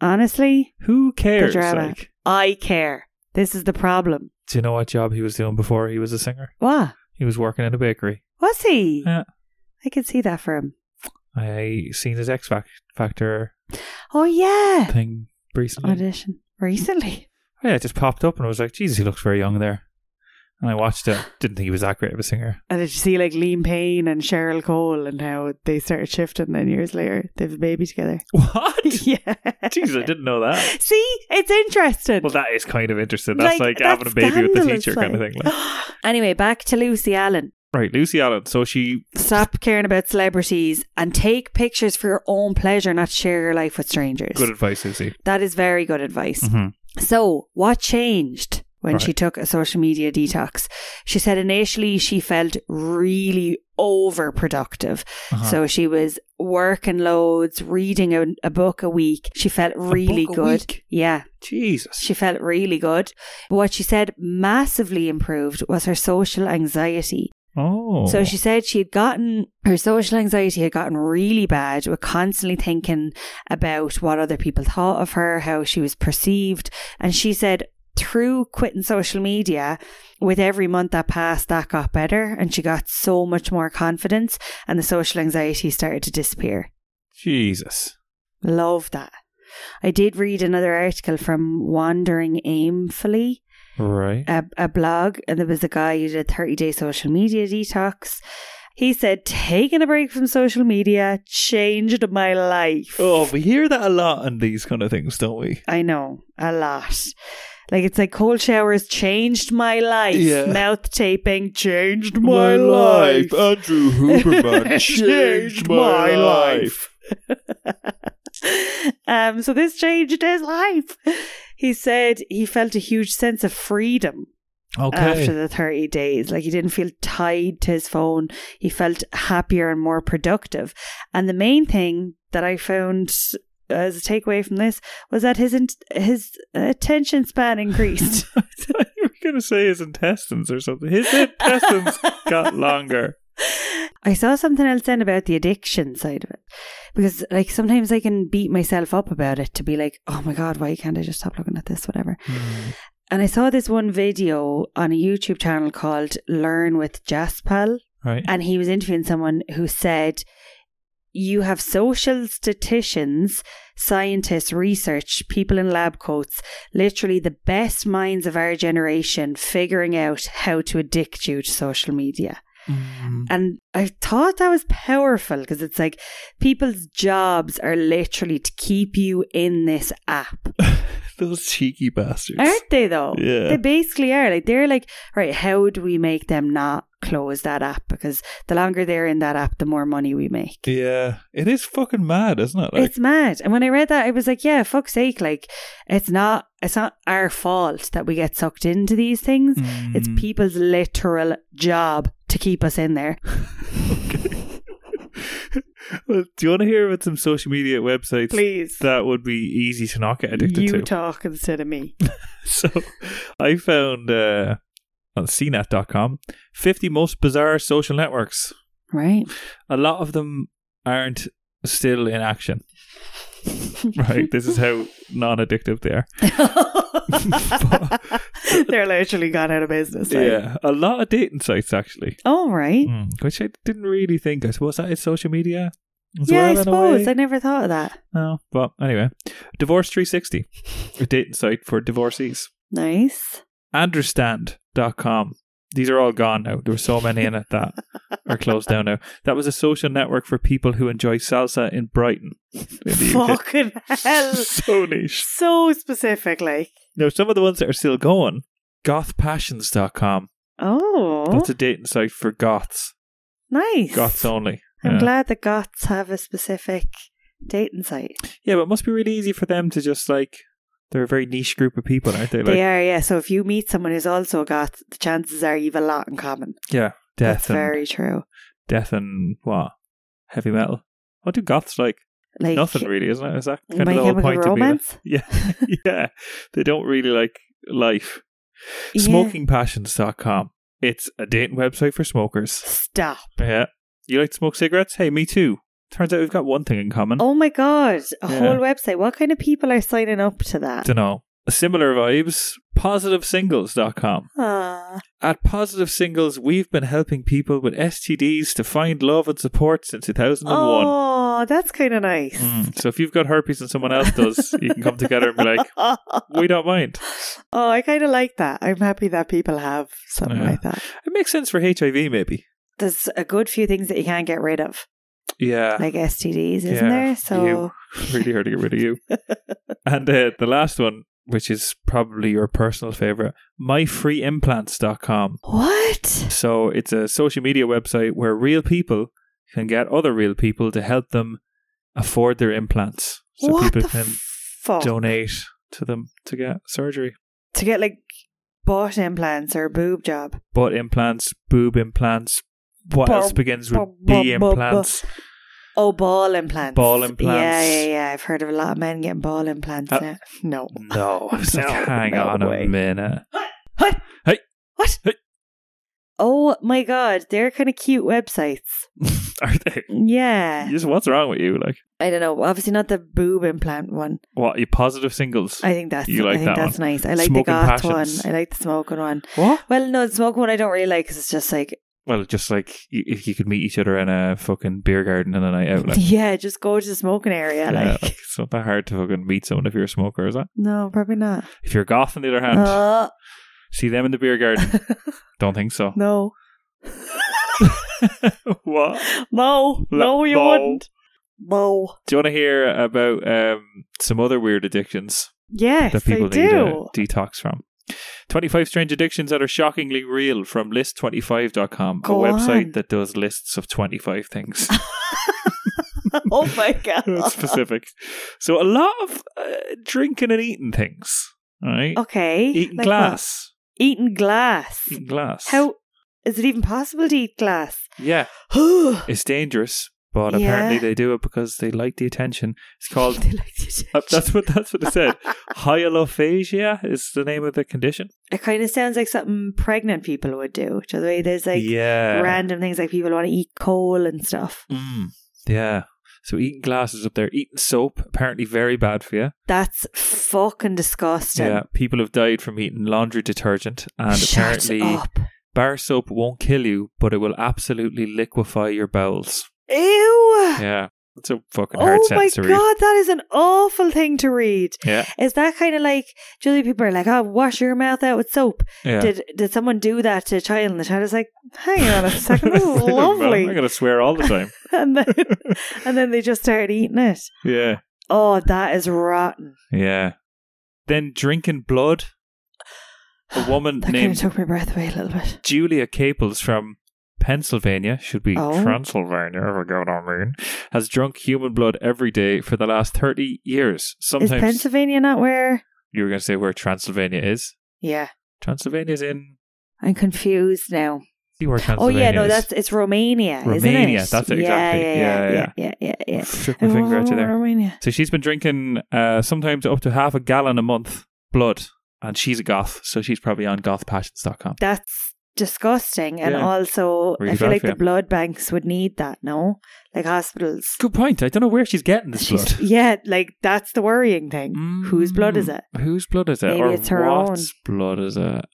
[SPEAKER 1] Honestly,
[SPEAKER 3] who cares?
[SPEAKER 1] drama.
[SPEAKER 3] Like,
[SPEAKER 1] I care. This is the problem.
[SPEAKER 3] do you know what job he was doing before he was a singer?
[SPEAKER 1] What
[SPEAKER 3] He was working in a bakery.
[SPEAKER 1] was he?
[SPEAKER 3] Yeah.
[SPEAKER 1] I could see that for him.
[SPEAKER 3] I seen his X Fac- Factor
[SPEAKER 1] Oh yeah,
[SPEAKER 3] thing recently.
[SPEAKER 1] Oh,
[SPEAKER 3] Oh,
[SPEAKER 1] audition recently.
[SPEAKER 3] Yeah, it just popped up and I was like, Jesus, he looks very young there. And I watched it. Didn't think he was that great of a singer. (laughs)
[SPEAKER 1] And did you see like Liam Payne and Cheryl Cole and how they started shifting? Then years later, they have a baby together.
[SPEAKER 3] (laughs) What?
[SPEAKER 1] yeah.
[SPEAKER 3] Jeez, I didn't know that.
[SPEAKER 1] See, it's interesting.
[SPEAKER 3] Well, that is kind of interesting. That's like, having a
[SPEAKER 1] that's
[SPEAKER 3] baby with the
[SPEAKER 1] scandalous,
[SPEAKER 3] teacher kind of
[SPEAKER 1] like.
[SPEAKER 3] thing. Like.
[SPEAKER 1] (gasps) anyway, back to Lucy Allen.
[SPEAKER 3] Right, Lucy Allen. So she,
[SPEAKER 1] Stop caring about celebrities and take pictures for your own pleasure, not share your life with strangers.
[SPEAKER 3] good advice, Lucy.
[SPEAKER 1] That is very good advice.
[SPEAKER 3] Mhm.
[SPEAKER 1] So, what changed when she
[SPEAKER 3] Right.
[SPEAKER 1] took a social media detox? She said initially she felt really overproductive.
[SPEAKER 3] Uh-huh.
[SPEAKER 1] So she was working loads, reading a, a book a week. She felt really
[SPEAKER 3] book a
[SPEAKER 1] good.
[SPEAKER 3] week?
[SPEAKER 1] Yeah,
[SPEAKER 3] Jesus.
[SPEAKER 1] she felt really good. But what she said massively improved was her social anxiety.
[SPEAKER 3] Oh.
[SPEAKER 1] So she said she had gotten her social anxiety had gotten really bad with constantly thinking about what other people thought of her, how she was perceived. And she said through quitting social media, with every month that passed, that got better and she got so much more confidence and the social anxiety started to disappear.
[SPEAKER 3] Jesus.
[SPEAKER 1] Love that. I did read another article from Wandering Aimfully
[SPEAKER 3] Right.
[SPEAKER 1] a, a blog and there was a guy who did a 30 day social media detox. He said, taking a break from social media changed my life.
[SPEAKER 3] Oh, we hear that a lot on these kind of things, don't we?
[SPEAKER 1] I know, a lot. Like it's like cold showers changed my life.
[SPEAKER 3] Yeah.
[SPEAKER 1] Mouth taping changed my, life.
[SPEAKER 2] Andrew
[SPEAKER 1] (laughs)
[SPEAKER 2] Huberman
[SPEAKER 1] life. (laughs) um, so this changed his life. He said he felt a huge sense of freedom after the 30 days. Like he didn't feel tied to his phone. He felt happier and more productive. And the main thing that I found as a takeaway from this was that his in- his attention span increased.
[SPEAKER 3] (laughs) I thought you were going to say his intestines or something. His intestines got longer.
[SPEAKER 1] I saw something else then about the addiction side of it. Because like sometimes I can beat myself up about it to be like, oh my God, why can't I just stop looking at this? Whatever. And I saw this one video on a YouTube channel called Learn with Jaspal.
[SPEAKER 3] Right.
[SPEAKER 1] and he was interviewing someone who said you have social statisticians scientists research people in lab coats literally the best minds of our generation figuring out how to addict you to social media and i thought that was powerful because it's like people's jobs are literally to keep you in this app
[SPEAKER 3] (laughs) Those cheeky bastards.
[SPEAKER 1] aren't they though
[SPEAKER 3] Yeah.
[SPEAKER 1] they basically are like they're like right how do we make them not close that app because the longer they're in that app the more money we make
[SPEAKER 3] Yeah. It is fucking mad, isn't it? Like,
[SPEAKER 1] it's mad and when i read that i was like yeah fuck's sake like it's not it's not our fault that we get sucked into these things it's
[SPEAKER 3] Mm.
[SPEAKER 1] people's literal job to keep us in
[SPEAKER 3] (laughs)
[SPEAKER 1] there
[SPEAKER 3] Well, do you want to hear about some social media websites
[SPEAKER 1] please
[SPEAKER 3] that would be easy to not get addicted
[SPEAKER 1] you
[SPEAKER 3] to?
[SPEAKER 1] talk instead of me
[SPEAKER 3] (laughs) so I found uh, on cnet.com 50 most bizarre social networks.
[SPEAKER 1] (laughs) right
[SPEAKER 3] A lot of them aren't still
[SPEAKER 1] (laughs)
[SPEAKER 3] in action. right. This is how non addictive they are.
[SPEAKER 1] (laughs) they're literally gone out of business like.
[SPEAKER 3] Yeah. A lot of dating sites, actually.
[SPEAKER 1] all right
[SPEAKER 3] Mm, which I didn't really think. I suppose that is social media. As
[SPEAKER 1] yeah
[SPEAKER 3] well, in
[SPEAKER 1] i
[SPEAKER 3] a
[SPEAKER 1] suppose
[SPEAKER 3] way.
[SPEAKER 1] i never thought of that
[SPEAKER 3] No, but anyway, Divorce 360, a dating site for divorcees.
[SPEAKER 1] nice
[SPEAKER 3] Understand.com. These are all gone now. There were so many in it that are closed down now. That was a social network for people who enjoy salsa in Brighton. In the
[SPEAKER 1] (laughs)
[SPEAKER 3] UK.
[SPEAKER 1] Fucking hell.
[SPEAKER 3] so niche.
[SPEAKER 1] so specific, like.
[SPEAKER 3] Now, some of the ones that are still going gothpassions.com.
[SPEAKER 1] Oh,
[SPEAKER 3] That's a dating site for goths,
[SPEAKER 1] nice.
[SPEAKER 3] goths only.
[SPEAKER 1] I'm
[SPEAKER 3] Yeah.
[SPEAKER 1] glad the Goths have a specific dating site.
[SPEAKER 3] Yeah, but it must be really easy for them to just like they're a very niche group of people, aren't they? Like
[SPEAKER 1] they are, yeah. So if you meet someone who's also a Goth, the chances are you've a lot in common.
[SPEAKER 3] yeah, death
[SPEAKER 1] That's
[SPEAKER 3] and
[SPEAKER 1] very true.
[SPEAKER 3] death and what heavy metal. What do goths like?
[SPEAKER 1] Like
[SPEAKER 3] Nothing really, isn't it? Is that kind
[SPEAKER 1] My
[SPEAKER 3] of the whole
[SPEAKER 1] Chemical
[SPEAKER 3] point
[SPEAKER 1] Romance.
[SPEAKER 3] of being? (laughs) Yeah, yeah. They don't really like life.
[SPEAKER 1] Yeah.
[SPEAKER 3] Smokingpassions.com. It's a dating website for smokers.
[SPEAKER 1] Stop.
[SPEAKER 3] Yeah. You like to smoke cigarettes? Hey, me too. Turns out we've got one thing in common.
[SPEAKER 1] Oh my god! A
[SPEAKER 3] Yeah.
[SPEAKER 1] whole website. What kind of people are signing up to that?
[SPEAKER 3] Dunno. Similar vibes. Positivesingles.com.
[SPEAKER 1] Ah,
[SPEAKER 3] At Positive Singles, we've been helping people with STDs to find love and support since 2001.
[SPEAKER 1] Oh, Oh, that's kind of nice.
[SPEAKER 3] Mm. So if you've got herpes and someone else does, you can come together and be
[SPEAKER 1] (laughs)
[SPEAKER 3] like, we don't mind.
[SPEAKER 1] oh, I kind of like that. I'm happy that people have something
[SPEAKER 3] Yeah.
[SPEAKER 1] like that.
[SPEAKER 3] It makes sense for HIV, maybe.
[SPEAKER 1] There's a good few things that you can't get rid of,
[SPEAKER 3] Yeah,
[SPEAKER 1] like STDs, isn't
[SPEAKER 3] Ah. Yeah,
[SPEAKER 1] there? So,
[SPEAKER 3] (laughs) really hard to get rid of you. and uh, the last one, which is probably your personal favorite, myfreeimplants.com.
[SPEAKER 1] what?
[SPEAKER 3] So it's a social media website where real people can get other real people to help them afford their implants. So
[SPEAKER 1] what
[SPEAKER 3] people
[SPEAKER 1] the
[SPEAKER 3] can
[SPEAKER 1] fuck?
[SPEAKER 3] donate to them to get surgery.
[SPEAKER 1] to get like butt implants or boob job.
[SPEAKER 3] Butt implants, boob implants, what
[SPEAKER 1] Bum,
[SPEAKER 3] else begins with
[SPEAKER 1] bum, bum,
[SPEAKER 3] B
[SPEAKER 1] bum, bum.
[SPEAKER 3] implants?
[SPEAKER 1] Oh, ball implants.
[SPEAKER 3] Ball implants.
[SPEAKER 1] Yeah, yeah, yeah. I've heard of a lot of men getting ball implants.
[SPEAKER 3] Uh,
[SPEAKER 1] now. No. (laughs)
[SPEAKER 3] No. It's like,
[SPEAKER 1] No,
[SPEAKER 3] hang
[SPEAKER 1] no
[SPEAKER 3] on
[SPEAKER 1] way.
[SPEAKER 3] a minute. (laughs)
[SPEAKER 1] What?
[SPEAKER 3] Hey.
[SPEAKER 1] Oh my god, they're kind of cute websites.
[SPEAKER 3] Are they?
[SPEAKER 1] Yeah.
[SPEAKER 3] Just what's wrong with you? Like,
[SPEAKER 1] I don't know. Obviously, not the boob implant one.
[SPEAKER 3] what? You positive singles?
[SPEAKER 1] I think that's
[SPEAKER 3] You
[SPEAKER 1] I
[SPEAKER 3] like
[SPEAKER 1] think
[SPEAKER 3] that
[SPEAKER 1] that's nice. I like
[SPEAKER 3] Smoking
[SPEAKER 1] the goth
[SPEAKER 3] passions.
[SPEAKER 1] one. I like the smoking one.
[SPEAKER 3] what?
[SPEAKER 1] Well, no, the smoking one I don't really like because it's just like,
[SPEAKER 3] Well, just like you, if you could meet each other in a fucking beer garden on a night out, like,
[SPEAKER 1] (laughs) yeah, just go to the smoking area.
[SPEAKER 3] Yeah,
[SPEAKER 1] like,
[SPEAKER 3] like, it's not that hard to fucking meet someone if you're a smoker, is it?
[SPEAKER 1] no, probably
[SPEAKER 3] (laughs)
[SPEAKER 1] not.
[SPEAKER 3] If you're a goth, on the other hand,
[SPEAKER 1] Uh,
[SPEAKER 3] see them in the beer garden.
[SPEAKER 1] (laughs)
[SPEAKER 3] Don't think so.
[SPEAKER 1] no,
[SPEAKER 3] what?
[SPEAKER 1] no, no, you
[SPEAKER 3] no.
[SPEAKER 1] wouldn't. No.
[SPEAKER 3] Do you want to hear about um, some other weird addictions
[SPEAKER 1] Yes,
[SPEAKER 3] that people
[SPEAKER 1] I
[SPEAKER 3] need a
[SPEAKER 1] do.
[SPEAKER 3] detox from? 25 strange addictions that are shockingly real from list25.com,
[SPEAKER 1] Go
[SPEAKER 3] a website
[SPEAKER 1] on.
[SPEAKER 3] that does lists of 25 things.
[SPEAKER 1] (laughs)
[SPEAKER 3] (laughs)
[SPEAKER 1] oh my god.
[SPEAKER 3] That's specific. So a lot of uh, drinking and eating things, right?
[SPEAKER 1] Okay.
[SPEAKER 3] Eating
[SPEAKER 1] like
[SPEAKER 3] glass.
[SPEAKER 1] what? Eating glass.
[SPEAKER 3] Eating glass.
[SPEAKER 1] How is it even possible to eat glass? (gasps)
[SPEAKER 3] Yeah.
[SPEAKER 1] (laughs) they
[SPEAKER 3] It's dangerous, but
[SPEAKER 1] Yeah.
[SPEAKER 3] apparently they do it because they like the attention.
[SPEAKER 1] (laughs)
[SPEAKER 3] It's called. (laughs)
[SPEAKER 1] like to
[SPEAKER 3] uh, that's what that's what it said. Hyalophagia is the name of the condition.
[SPEAKER 1] It kind of sounds like something pregnant people would do. Do you know the way there's like
[SPEAKER 3] yeah.
[SPEAKER 1] random things like people want to eat coal and stuff.
[SPEAKER 3] Mm, yeah. So eating glasses up there, eating soap, apparently very bad for you.
[SPEAKER 1] That's fucking disgusting.
[SPEAKER 3] Yeah. People have died from eating laundry detergent, and
[SPEAKER 1] Shut
[SPEAKER 3] apparently
[SPEAKER 1] up.
[SPEAKER 3] bar soap won't kill you, but it will absolutely liquefy your bowels.
[SPEAKER 1] Ew.
[SPEAKER 3] Yeah. It's a fucking hard
[SPEAKER 1] Ah. Oh my
[SPEAKER 3] sentence to read.
[SPEAKER 1] god, that is an awful thing to read.
[SPEAKER 3] Yeah.
[SPEAKER 1] Is that kind of like Julie? People are like, "Oh, wash your mouth out with soap."
[SPEAKER 3] Yeah. (laughs)
[SPEAKER 1] Did did someone do that to a child? And the child is like, "Hang on a second, this is
[SPEAKER 3] Wait a minute, I'm
[SPEAKER 1] lovely."
[SPEAKER 3] gonna swear all the time.
[SPEAKER 1] And then (laughs) and then they just started eating it.
[SPEAKER 3] yeah.
[SPEAKER 1] (laughs) Oh, that is rotten.
[SPEAKER 3] Yeah. Then drinking blood. A woman
[SPEAKER 1] That kind of
[SPEAKER 3] named
[SPEAKER 1] took my breath away a little bit.
[SPEAKER 3] Julia Caples from Pennsylvania, should be
[SPEAKER 1] Oh.
[SPEAKER 3] Transylvania, if I go down mean, has drunk human blood every day for the last 30 years.
[SPEAKER 1] Is
[SPEAKER 3] Sometimes
[SPEAKER 1] Pennsylvania not where?
[SPEAKER 3] you were going to say where Transylvania is.
[SPEAKER 1] Yeah,
[SPEAKER 3] Transylvania's in.
[SPEAKER 1] I'm confused now.
[SPEAKER 3] See where
[SPEAKER 1] Oh
[SPEAKER 3] Transylvania
[SPEAKER 1] yeah, no,
[SPEAKER 3] is.
[SPEAKER 1] that's it's Romania, isn't it?
[SPEAKER 3] Romania, that's it, exactly.
[SPEAKER 1] Yeah,
[SPEAKER 3] Yeah,
[SPEAKER 1] yeah, yeah, yeah, yeah. yeah.
[SPEAKER 3] (laughs) Shook my finger at you there.
[SPEAKER 1] Romania.
[SPEAKER 3] So she's been drinking uh, sometimes up to half a gallon a month blood, and she's a goth, so she's probably on gothpassions.com.
[SPEAKER 1] That's disgusting, and
[SPEAKER 3] Yeah.
[SPEAKER 1] also
[SPEAKER 3] Really
[SPEAKER 1] I feel
[SPEAKER 3] bad
[SPEAKER 1] like
[SPEAKER 3] for
[SPEAKER 1] the
[SPEAKER 3] you.
[SPEAKER 1] blood banks would need that. No, like hospitals.
[SPEAKER 3] Good point. I don't know where she's getting this
[SPEAKER 1] She's-
[SPEAKER 3] blood.
[SPEAKER 1] Yeah, like that's the worrying thing. Whose blood is
[SPEAKER 3] Mm,
[SPEAKER 1] it?
[SPEAKER 3] Whose blood is it?
[SPEAKER 1] Maybe
[SPEAKER 3] or
[SPEAKER 1] it's her
[SPEAKER 3] what's blood is it?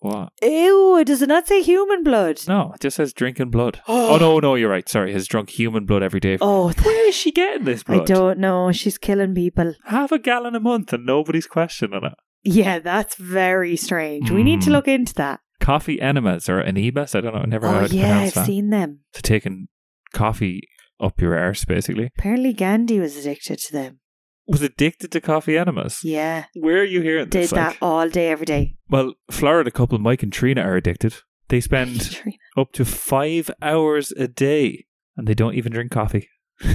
[SPEAKER 3] What?
[SPEAKER 1] Ew, does it not say human blood?
[SPEAKER 3] No, it just says
[SPEAKER 1] (gasps)
[SPEAKER 3] drinking blood. oh no, no, you're right. Sorry, has drunk human blood every day.
[SPEAKER 1] Oh, th-
[SPEAKER 3] Where is she getting this blood?
[SPEAKER 1] I don't know. She's killing people.
[SPEAKER 3] Half a gallon a month and nobody's questioning it.
[SPEAKER 1] Yeah, that's very strange. We need to
[SPEAKER 3] Mm.
[SPEAKER 1] look into that.
[SPEAKER 3] Coffee enemas or enemas? I don't know. I never know
[SPEAKER 1] oh,
[SPEAKER 3] how to
[SPEAKER 1] yeah, I've
[SPEAKER 3] pronounce that.
[SPEAKER 1] seen them.
[SPEAKER 3] So taking coffee up your arse, basically.
[SPEAKER 1] Apparently, Gandhi was addicted to them.
[SPEAKER 3] Was addicted to coffee enemas.
[SPEAKER 1] Yeah,
[SPEAKER 3] Where are you hearing
[SPEAKER 1] did
[SPEAKER 3] this?
[SPEAKER 1] that
[SPEAKER 3] Like,
[SPEAKER 1] all day, every day.
[SPEAKER 3] well, Florida couple Mike and Trina are addicted. They spend
[SPEAKER 1] (laughs)
[SPEAKER 3] up to five hours a day, and they don't even drink coffee.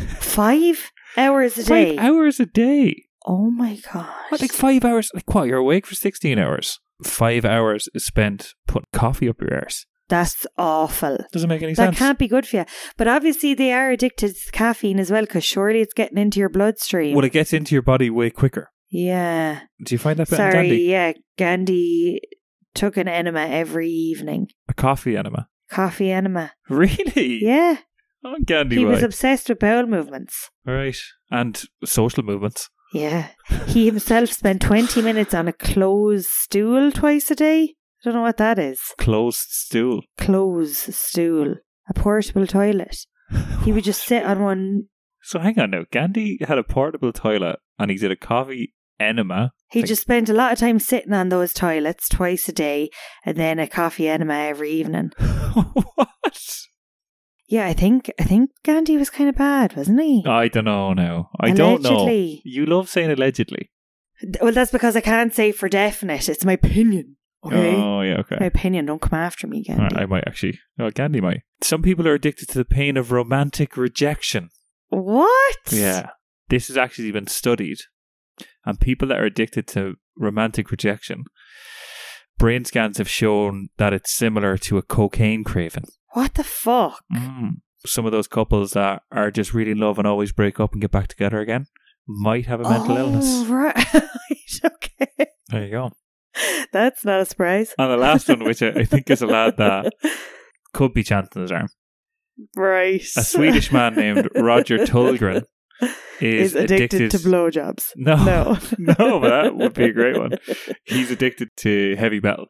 [SPEAKER 1] Five hours a day.
[SPEAKER 3] Five hours a day.
[SPEAKER 1] oh my god!
[SPEAKER 3] What, like five hours? Like what? You're awake for sixteen hours. Five hours is spent putting coffee up your arse.
[SPEAKER 1] That's awful.
[SPEAKER 3] Doesn't make any
[SPEAKER 1] That
[SPEAKER 3] sense.
[SPEAKER 1] can't be good for you. But obviously, they are addicted to caffeine as well, because surely it's getting into your bloodstream.
[SPEAKER 3] Well, it gets into your body way quicker.
[SPEAKER 1] yeah.
[SPEAKER 3] Do you find that bit
[SPEAKER 1] Sorry,
[SPEAKER 3] dandy?
[SPEAKER 1] yeah. Gandhi took an enema every evening.
[SPEAKER 3] A coffee enema. (laughs)
[SPEAKER 1] Coffee enema.
[SPEAKER 3] Really?
[SPEAKER 1] Yeah.
[SPEAKER 3] Oh, Gandhi,
[SPEAKER 1] He was
[SPEAKER 3] right.
[SPEAKER 1] obsessed with bowel movements.
[SPEAKER 3] right. And social movements.
[SPEAKER 1] Yeah. He himself spent 20 minutes on a closed stool twice a day. I don't know what that is.
[SPEAKER 3] Closed stool. (laughs)
[SPEAKER 1] Closed stool. A portable toilet. He would just sit on one
[SPEAKER 3] So hang on now. Gandhi had a portable toilet and he did a coffee enema. (laughs)
[SPEAKER 1] He
[SPEAKER 3] Like-
[SPEAKER 1] just spent a lot of time sitting on those toilets twice a day and then a coffee enema every evening.
[SPEAKER 3] what?
[SPEAKER 1] Yeah, I think I think Gandhi was kind of bad, wasn't he?
[SPEAKER 3] I don't know now. I don't know.
[SPEAKER 1] Allegedly.
[SPEAKER 3] You love saying allegedly.
[SPEAKER 1] D- Well, that's because I can't say for definite. It's my opinion. Okay.
[SPEAKER 3] Oh, yeah,
[SPEAKER 1] My
[SPEAKER 3] okay.
[SPEAKER 1] opinion. Don't come after me,
[SPEAKER 3] All right,
[SPEAKER 1] Gandhi.
[SPEAKER 3] I might actually. Oh, Gandhi might. Some people are addicted to the pain of romantic rejection.
[SPEAKER 1] What?
[SPEAKER 3] Yeah. This has actually been studied. And people that are addicted to romantic rejection, brain scans have shown that it's similar to a cocaine craving.
[SPEAKER 1] What the fuck?
[SPEAKER 3] Some of those couples that are just really in love and always break up and get back together again might have a mental
[SPEAKER 1] oh,
[SPEAKER 3] illness.
[SPEAKER 1] Right. (laughs) okay.
[SPEAKER 3] There you go.
[SPEAKER 1] That's not a surprise.
[SPEAKER 3] And the last one, which I, I think is a lad that could be chancing his arm.
[SPEAKER 1] (laughs) Right.
[SPEAKER 3] A Swedish man named Roger Tullgren
[SPEAKER 1] is
[SPEAKER 3] is,
[SPEAKER 1] addicted, to
[SPEAKER 3] (laughs)
[SPEAKER 1] blowjobs.
[SPEAKER 3] No.
[SPEAKER 1] No.
[SPEAKER 3] no, but that would be a great one. He's addicted to heavy metal.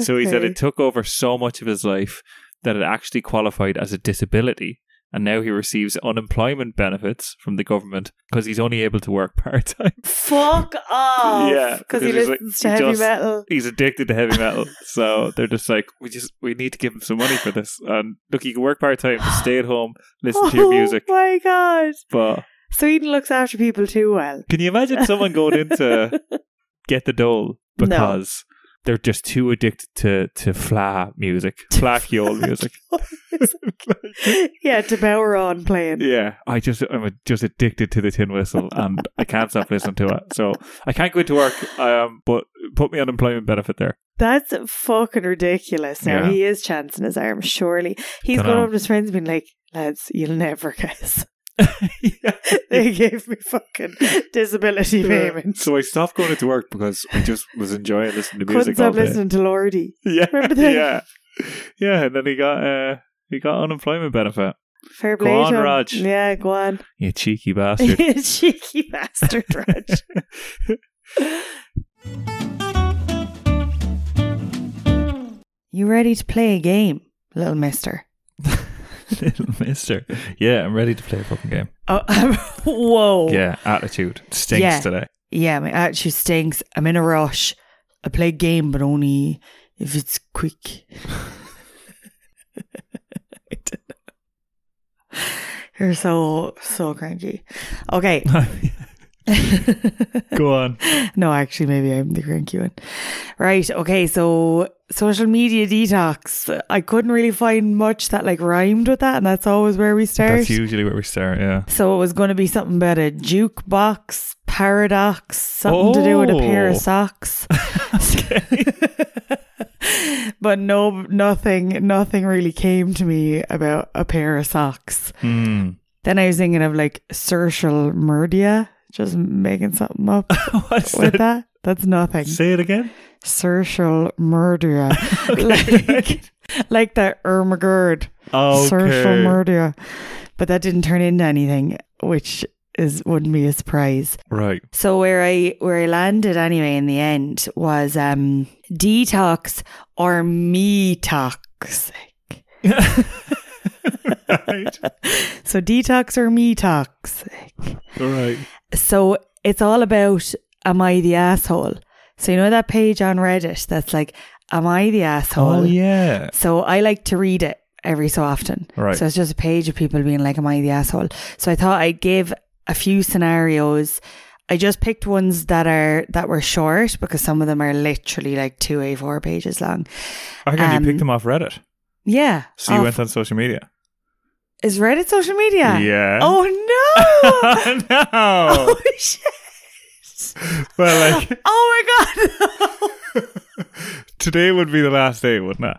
[SPEAKER 3] So he said
[SPEAKER 1] Okay.
[SPEAKER 3] it took over so much of his life that it actually qualified as a disability. And now he receives unemployment benefits from the government because he's only able to work (laughs) part time.
[SPEAKER 1] Fuck off.
[SPEAKER 3] Yeah,
[SPEAKER 1] Because he
[SPEAKER 3] 'cause he's like-
[SPEAKER 1] listens
[SPEAKER 3] he
[SPEAKER 1] to heavy
[SPEAKER 3] just-
[SPEAKER 1] metal.
[SPEAKER 3] He's addicted to heavy metal. So they're just like, we just we need to give him some money for this. And look, you can work part time, stay at home, listen to your music.
[SPEAKER 1] (laughs) Oh my god.
[SPEAKER 3] But
[SPEAKER 1] Sweden looks after people too well.
[SPEAKER 3] can you imagine someone going (laughs) into get the dole
[SPEAKER 1] No.
[SPEAKER 3] because they're just too addicted to to fla music, fla Kjol music. (laughs)
[SPEAKER 1] yeah, to power on playing.
[SPEAKER 3] Yeah, I just I'm just addicted to the tin whistle, and I can't stop listening to it. So I can't go into work. Um, but put me on employment benefit there.
[SPEAKER 1] That's fucking ridiculous. Now
[SPEAKER 3] Yeah.
[SPEAKER 1] he is chancing his arm. Surely he's
[SPEAKER 3] Dunno.
[SPEAKER 1] gone up to his friends, and been like, "Lads, you'll never guess. (laughs)
[SPEAKER 3] (laughs)
[SPEAKER 1] they gave me fucking disability payments.
[SPEAKER 3] So I stopped going into work because I just was enjoying listening to
[SPEAKER 1] Couldn't
[SPEAKER 3] music all
[SPEAKER 1] stop
[SPEAKER 3] day.
[SPEAKER 1] listening to Lordy.
[SPEAKER 3] Yeah,
[SPEAKER 1] Remember that?
[SPEAKER 3] yeah, yeah. And then he got uh, he got unemployment benefit.
[SPEAKER 1] Fair
[SPEAKER 3] Go
[SPEAKER 1] play
[SPEAKER 3] on,
[SPEAKER 1] to him.
[SPEAKER 3] Raj.
[SPEAKER 1] Yeah, go on.
[SPEAKER 3] You
[SPEAKER 1] (laughs)
[SPEAKER 3] cheeky bastard.
[SPEAKER 1] Cheeky bastard, Raj. you ready to play a game, little mister?
[SPEAKER 3] (laughs) Little mister. Yeah, I'm ready to play a fucking game.
[SPEAKER 1] Oh, whoa.
[SPEAKER 3] Yeah, attitude stinks
[SPEAKER 1] Yeah.
[SPEAKER 3] today. (laughs)
[SPEAKER 1] Yeah, my attitude stinks. I'm in a rush. I play game, but only if it's quick. (laughs) I don't know. You're so so cranky. Okay. (laughs)
[SPEAKER 3] go on.
[SPEAKER 1] no, actually, maybe I'm the cranky one. Right. Okay. So social media detox. I couldn't really find much that like rhymed with that, and that's always where we start.
[SPEAKER 3] That's usually where we start. Yeah.
[SPEAKER 1] So it was going to be something about a jukebox, paradox, something to do with a pair of
[SPEAKER 3] Oh. (laughs)
[SPEAKER 1] socks. (laughs) but no, nothing, nothing really came to me about a pair of socks.
[SPEAKER 3] Hmm. (laughs)
[SPEAKER 1] Then I was thinking of like social murdia, just making something
[SPEAKER 3] (laughs)
[SPEAKER 1] up
[SPEAKER 3] What's
[SPEAKER 1] with
[SPEAKER 3] that?
[SPEAKER 1] that. That's nothing.
[SPEAKER 3] Say it again.
[SPEAKER 1] Social
[SPEAKER 3] (laughs)
[SPEAKER 1] murdia, (laughs) like like that Ermagerd
[SPEAKER 3] Okay.
[SPEAKER 1] social murder. But that didn't turn into anything, which is wouldn't be a surprise.
[SPEAKER 3] (laughs) Right.
[SPEAKER 1] So where I where I landed anyway in the end was um detox or me toxic.
[SPEAKER 3] right.
[SPEAKER 1] So detox or me toxic.
[SPEAKER 3] Right.
[SPEAKER 1] So it's all about am I the asshole? So you know that page on Reddit that's like, Am I the asshole?
[SPEAKER 3] Oh yeah.
[SPEAKER 1] So I like to read it every so often.
[SPEAKER 3] Right.
[SPEAKER 1] So it's just a page of people being like, Am I the asshole? So I thought I'd give a few scenarios. I just picked ones that are that were short because some of them are literally like two A4 pages long.
[SPEAKER 3] I
[SPEAKER 1] Um,
[SPEAKER 3] you picked them off Reddit.
[SPEAKER 1] Yeah.
[SPEAKER 3] So you
[SPEAKER 1] Off-
[SPEAKER 3] went on social (laughs) media.
[SPEAKER 1] Is Reddit social media?
[SPEAKER 3] Yeah.
[SPEAKER 1] Oh
[SPEAKER 3] (laughs)
[SPEAKER 1] no.
[SPEAKER 3] no.
[SPEAKER 1] oh shit.
[SPEAKER 3] (laughs) Well, like
[SPEAKER 1] Oh my god. (laughs)
[SPEAKER 3] today would be the last day, wouldn't it?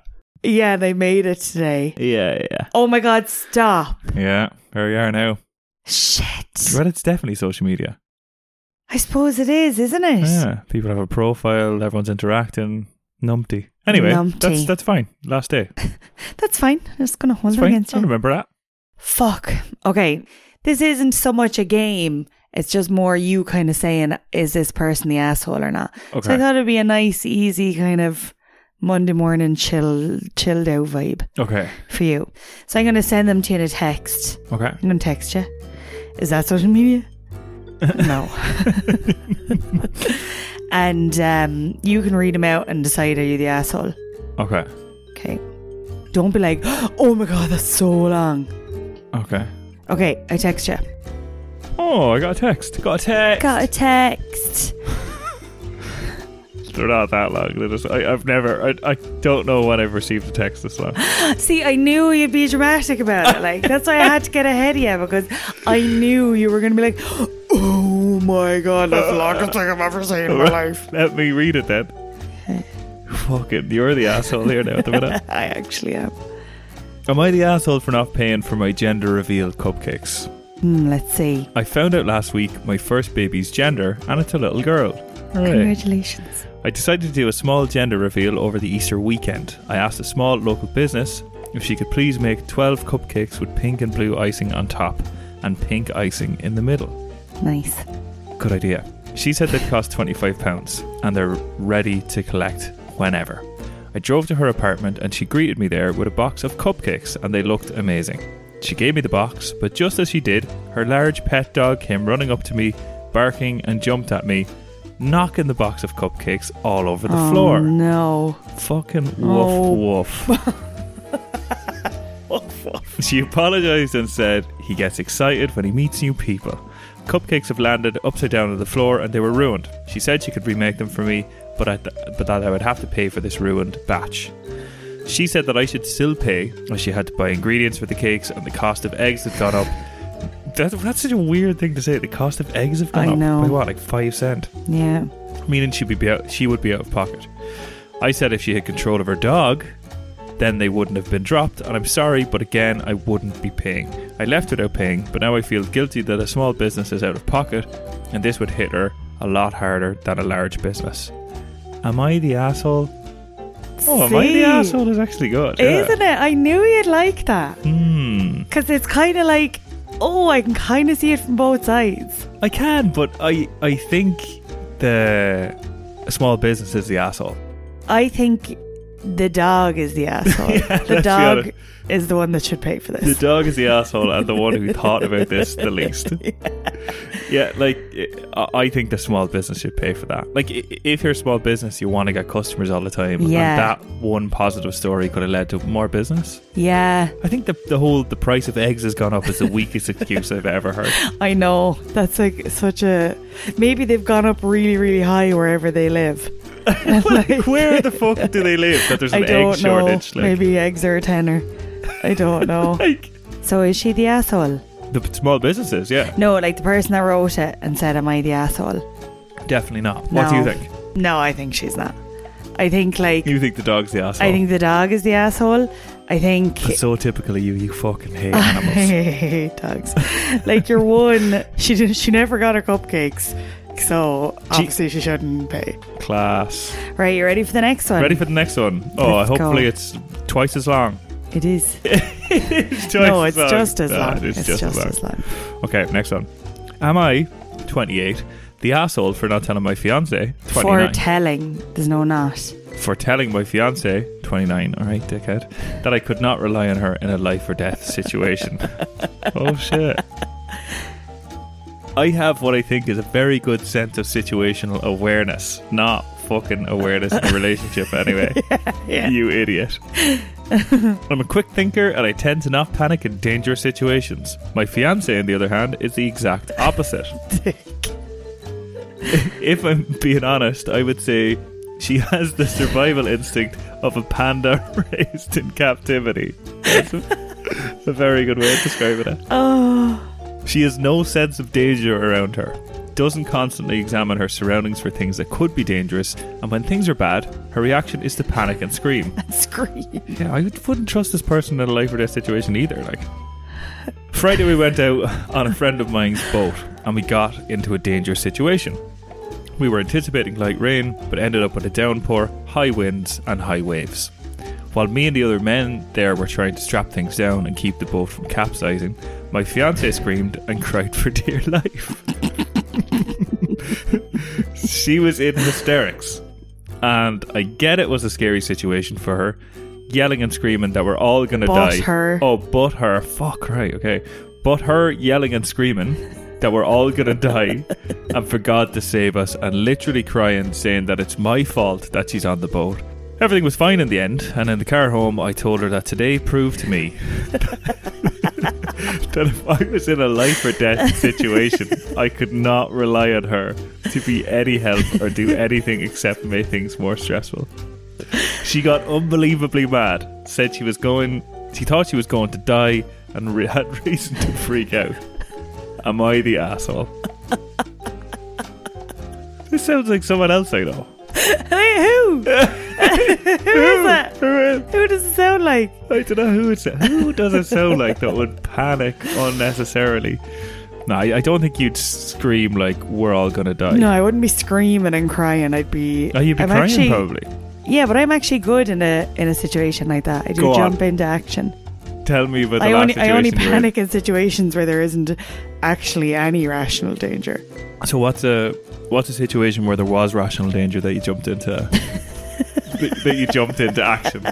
[SPEAKER 1] yeah, they made it today.
[SPEAKER 3] Yeah, yeah.
[SPEAKER 1] Oh my god, stop.
[SPEAKER 3] Yeah. There we are now.
[SPEAKER 1] Shit.
[SPEAKER 3] Reddit's definitely social media.
[SPEAKER 1] I suppose it is, isn't it?
[SPEAKER 3] Yeah. People have a profile. Everyone's interacting. Numpty. Anyway, that's
[SPEAKER 1] Numpty.
[SPEAKER 3] that's fine. Last day.
[SPEAKER 1] That's fine. I'm just gonna hold
[SPEAKER 3] It's
[SPEAKER 1] it
[SPEAKER 3] fine.
[SPEAKER 1] against
[SPEAKER 3] I
[SPEAKER 1] you.
[SPEAKER 3] remember that.
[SPEAKER 1] Fuck. Okay. This isn't so much a game. It's just more you kind of saying, is this person the asshole or not? So I
[SPEAKER 3] Okay.
[SPEAKER 1] thought it'd be a nice, easy kind of Monday morning chill, chilled out vibe
[SPEAKER 3] Okay.
[SPEAKER 1] for you. So I'm going to send them to you in a text.
[SPEAKER 3] Okay.
[SPEAKER 1] I'm going to text you. Is that social media? no. (laughs) and um, you can read them out and decide are you the asshole?
[SPEAKER 3] Okay.
[SPEAKER 1] Okay. Don't be like, (gasps) oh my god, that's so long.
[SPEAKER 3] Okay.
[SPEAKER 1] Okay, I text you.
[SPEAKER 3] Oh, I got a text. Got a text.
[SPEAKER 1] Got a text.
[SPEAKER 3] They're not that long. They're just, I, I've never. I, I don't know when I've received a text
[SPEAKER 1] (laughs)
[SPEAKER 3] this long.
[SPEAKER 1] See, I knew you'd be dramatic about it. Like that's why I had to get ahead of you because I knew you were gonna be like, oh my god, that's the longest thing I've ever seen in my life.
[SPEAKER 3] Let me read it
[SPEAKER 1] (laughs)
[SPEAKER 3] then. Fucking, you're the asshole here now at
[SPEAKER 1] (laughs)
[SPEAKER 3] the minute.
[SPEAKER 1] I actually am.
[SPEAKER 3] Am I the asshole for not paying for my gender reveal cupcakes?
[SPEAKER 1] Hmm, let's see.
[SPEAKER 3] I found out last week my first baby's gender, and it's a little girl. Hooray.
[SPEAKER 1] Congratulations.
[SPEAKER 3] I decided to do a small gender reveal over the Easter weekend. I asked a small local business if she could please make 12 cupcakes with pink and blue icing on top and pink icing in the middle.
[SPEAKER 1] Nice.
[SPEAKER 3] Good idea. She said they'd cost £25 and they're ready to collect whenever. I drove to her apartment and she greeted me there with a box of cupcakes and they looked amazing. She gave me the box, but just as she did, her large pet dog came running up to me, barking and jumped at me, knocking the box of cupcakes all over the
[SPEAKER 1] Oh,
[SPEAKER 3] floor.
[SPEAKER 1] No.
[SPEAKER 3] Fucking woof
[SPEAKER 1] Oh.
[SPEAKER 3] woof.
[SPEAKER 1] (laughs)
[SPEAKER 3] She apologised and said he gets excited when he meets new people. Cupcakes have landed upside down on the floor and they were ruined. She said she could remake them for me, but I th- but that I would have to pay for this ruined batch. She said that I should still pay, as she had to buy ingredients for the cakes and the cost of eggs had gone up. That, that's such a weird thing to say. The cost of eggs have gone
[SPEAKER 1] I
[SPEAKER 3] up
[SPEAKER 1] know.
[SPEAKER 3] by what, like five cent?
[SPEAKER 1] Yeah.
[SPEAKER 3] meaning she'd be out, she would be out of pocket. I said if she had control of her dog, then they wouldn't have been dropped, and I'm sorry, but again, I wouldn't be paying. I left without paying, but now I feel guilty that a small business is out of pocket, and this would hit her a lot harder than a large business. Am I the asshole? Oh, am I
[SPEAKER 1] See?
[SPEAKER 3] the asshole is actually good. yeah.
[SPEAKER 1] Isn't it? I knew you'd like that
[SPEAKER 3] Hmm.
[SPEAKER 1] because it's kind of like, oh, I can kind of see it from both sides.
[SPEAKER 3] I can, but I I think the small business is the asshole.
[SPEAKER 1] I think the dog
[SPEAKER 3] (laughs)
[SPEAKER 1] is the asshole.
[SPEAKER 3] let's be
[SPEAKER 1] the dog
[SPEAKER 3] honest.
[SPEAKER 1] is the one that should pay for
[SPEAKER 3] The
[SPEAKER 1] this.
[SPEAKER 3] dog is the asshole and the one who thought about this the
[SPEAKER 1] (laughs)
[SPEAKER 3] least. Yeah, like I I think the small business should pay for that. Like i- if you're a small business, you want to get customers all the time,
[SPEAKER 1] Yeah.
[SPEAKER 3] and that one positive story could have led to more business.
[SPEAKER 1] yeah,
[SPEAKER 3] I think the the whole the price of eggs has gone up is the weakest excuse I've ever heard.
[SPEAKER 1] I know. That's like such a. Maybe they've gone up really, really high wherever they live. (laughs)
[SPEAKER 3] (laughs)
[SPEAKER 1] Like-
[SPEAKER 3] Where the fuck do they live that there's
[SPEAKER 1] I
[SPEAKER 3] an egg
[SPEAKER 1] don't know.
[SPEAKER 3] shortage? Like,
[SPEAKER 1] Maybe eggs are a tenner. I don't know.
[SPEAKER 3] (laughs) like
[SPEAKER 1] so is she the asshole?
[SPEAKER 3] the p- small businesses, yeah,
[SPEAKER 1] No, like the person that wrote it and said, "Am I the asshole?"
[SPEAKER 3] definitely not. What do you
[SPEAKER 1] No.
[SPEAKER 3] think?
[SPEAKER 1] No, I think she's not. I think like
[SPEAKER 3] You think the dog's the asshole?
[SPEAKER 1] I think the dog is the asshole. I think
[SPEAKER 3] That's so typically you. You fucking hate
[SPEAKER 1] (laughs)
[SPEAKER 3] animals.
[SPEAKER 1] I hate dogs. like your one, she did, she never got her cupcakes, so obviously she shouldn't pay.
[SPEAKER 3] Class.
[SPEAKER 1] Right, you ready for the next one?
[SPEAKER 3] Ready for the next one? Oh,
[SPEAKER 1] Let's
[SPEAKER 3] hopefully
[SPEAKER 1] go.
[SPEAKER 3] it's twice as long.
[SPEAKER 1] It is.
[SPEAKER 3] It's
[SPEAKER 1] (laughs)
[SPEAKER 3] twice
[SPEAKER 1] no,
[SPEAKER 3] as
[SPEAKER 1] it's
[SPEAKER 3] long.
[SPEAKER 1] just as
[SPEAKER 3] Ah,
[SPEAKER 1] long.
[SPEAKER 3] It's, just, as long.
[SPEAKER 1] as long.
[SPEAKER 3] Okay, next one. Am I 28, the asshole for not telling my fiance 29
[SPEAKER 1] For telling, there's no
[SPEAKER 3] (laughs)
[SPEAKER 1] not.
[SPEAKER 3] for telling my fiance 29, all right, dickhead, that I could not rely on her in a life or
[SPEAKER 1] (laughs)
[SPEAKER 3] death situation? oh shit. I have what I think is a very good sense of situational awareness, not fucking awareness in a relationship anyway.
[SPEAKER 1] (laughs) Yeah.
[SPEAKER 3] You idiot. (laughs) I'm a quick thinker and I tend to not panic in dangerous situations. My fiance, on the other hand, is the exact opposite. (laughs) if I'm being honest, I would say she has the survival instinct of a panda (laughs) raised in captivity. That's a, a very good way of describing it.
[SPEAKER 1] Oh,
[SPEAKER 3] She has no sense of danger around her, doesn't constantly examine her surroundings for things that could be dangerous, and when things are bad, her reaction is to panic and scream.
[SPEAKER 1] scream.
[SPEAKER 3] Yeah, I would- wouldn't trust this person in a life or death situation either. Like, Friday we went out on a friend of mine's boat and we got into a dangerous situation. We were anticipating light rain, but ended up with a downpour, high winds, and high waves. While me and the other men there were trying to strap things down and keep the boat from capsizing, my fiance screamed and cried for dear (laughs) life. she was in hysterics. And I get it was a scary situation for her, yelling and screaming that we're all gonna
[SPEAKER 1] But
[SPEAKER 3] die.
[SPEAKER 1] her.
[SPEAKER 3] Oh, but her. Fuck, right, okay. But her yelling and screaming that we're all gonna die and for God to save us and literally crying, saying that it's my fault that she's on the boat. Everything was fine in the end, and in the car home, I told her that today proved to me (laughs) that if I was in a life or death
[SPEAKER 1] (laughs)
[SPEAKER 3] situation, I could not rely on her to be any help
[SPEAKER 1] (laughs)
[SPEAKER 3] or do anything except make things more stressful. She got unbelievably mad, said she was going, she thought she was going to die, and re- (laughs) had reason to freak out. Am I
[SPEAKER 1] (laughs)
[SPEAKER 3] the asshole? this sounds like someone else I know.
[SPEAKER 1] Wait, who? who is that?
[SPEAKER 3] Who is-
[SPEAKER 1] Who does it sound like?
[SPEAKER 3] I don't know who it's. Who does it sound like that would panic unnecessarily? No, I, I don't think you'd scream like "We're all gonna die."
[SPEAKER 1] No, I wouldn't be screaming and crying. I'd be.
[SPEAKER 3] Oh, you'd be
[SPEAKER 1] I'm
[SPEAKER 3] crying
[SPEAKER 1] actually-
[SPEAKER 3] probably.
[SPEAKER 1] Yeah, but I'm actually good in a in a situation like that. I do
[SPEAKER 3] Go on.
[SPEAKER 1] jump into action.
[SPEAKER 3] Tell me about the
[SPEAKER 1] I
[SPEAKER 3] last
[SPEAKER 1] only I
[SPEAKER 3] situation
[SPEAKER 1] only
[SPEAKER 3] you were in.
[SPEAKER 1] panic in situations where there isn't actually any rational danger.
[SPEAKER 3] So what's a what's a situation where there was rational danger that you
[SPEAKER 1] (laughs)
[SPEAKER 3] jumped into? that, that you jumped into action.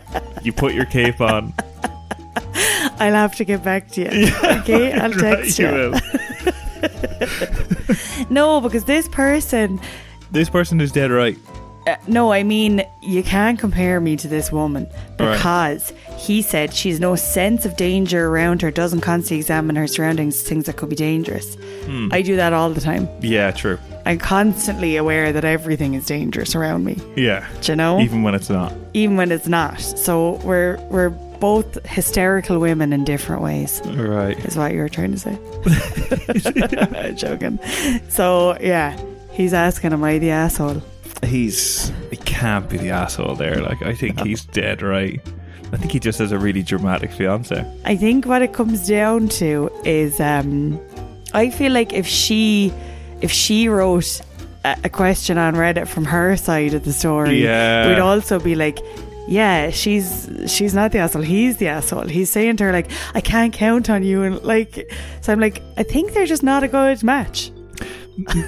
[SPEAKER 3] You put your cape on.
[SPEAKER 1] I'll have to get back to you.
[SPEAKER 3] (laughs)
[SPEAKER 1] okay, (laughs) I'll
[SPEAKER 3] Right,
[SPEAKER 1] text
[SPEAKER 3] you
[SPEAKER 1] you.
[SPEAKER 3] will.
[SPEAKER 1] No, because this person.
[SPEAKER 3] This person is dead right.
[SPEAKER 1] Uh, no, I mean you can't compare me to this woman
[SPEAKER 3] Right.
[SPEAKER 1] because he said she's no sense of danger around her, doesn't constantly examine her surroundings, things that could be dangerous.
[SPEAKER 3] Hmm.
[SPEAKER 1] I do that all the time.
[SPEAKER 3] Yeah, true.
[SPEAKER 1] I'm constantly aware that everything is dangerous around me.
[SPEAKER 3] Yeah.
[SPEAKER 1] Do you know?
[SPEAKER 3] Even when it's not.
[SPEAKER 1] even when it's not. So we're we're both hysterical women in different ways.
[SPEAKER 3] Hmm. Right.
[SPEAKER 1] Is what you were trying to
[SPEAKER 3] (laughs)
[SPEAKER 1] say? (laughs) Joking. So yeah, he's asking, "Am I the asshole?"
[SPEAKER 3] he's he can't be the asshole there. Like I think he's dead right. I think he just has a really dramatic fiance.
[SPEAKER 1] I think what it comes down to is, um, I feel like if she if she wrote a, a question on Reddit from her side of the story,
[SPEAKER 3] Yeah.
[SPEAKER 1] we'd also be like. Yeah, she's she's not the asshole. He's the asshole. He's saying to her like, "I can't count on you," and like, so I'm like, I think they're just not a good match.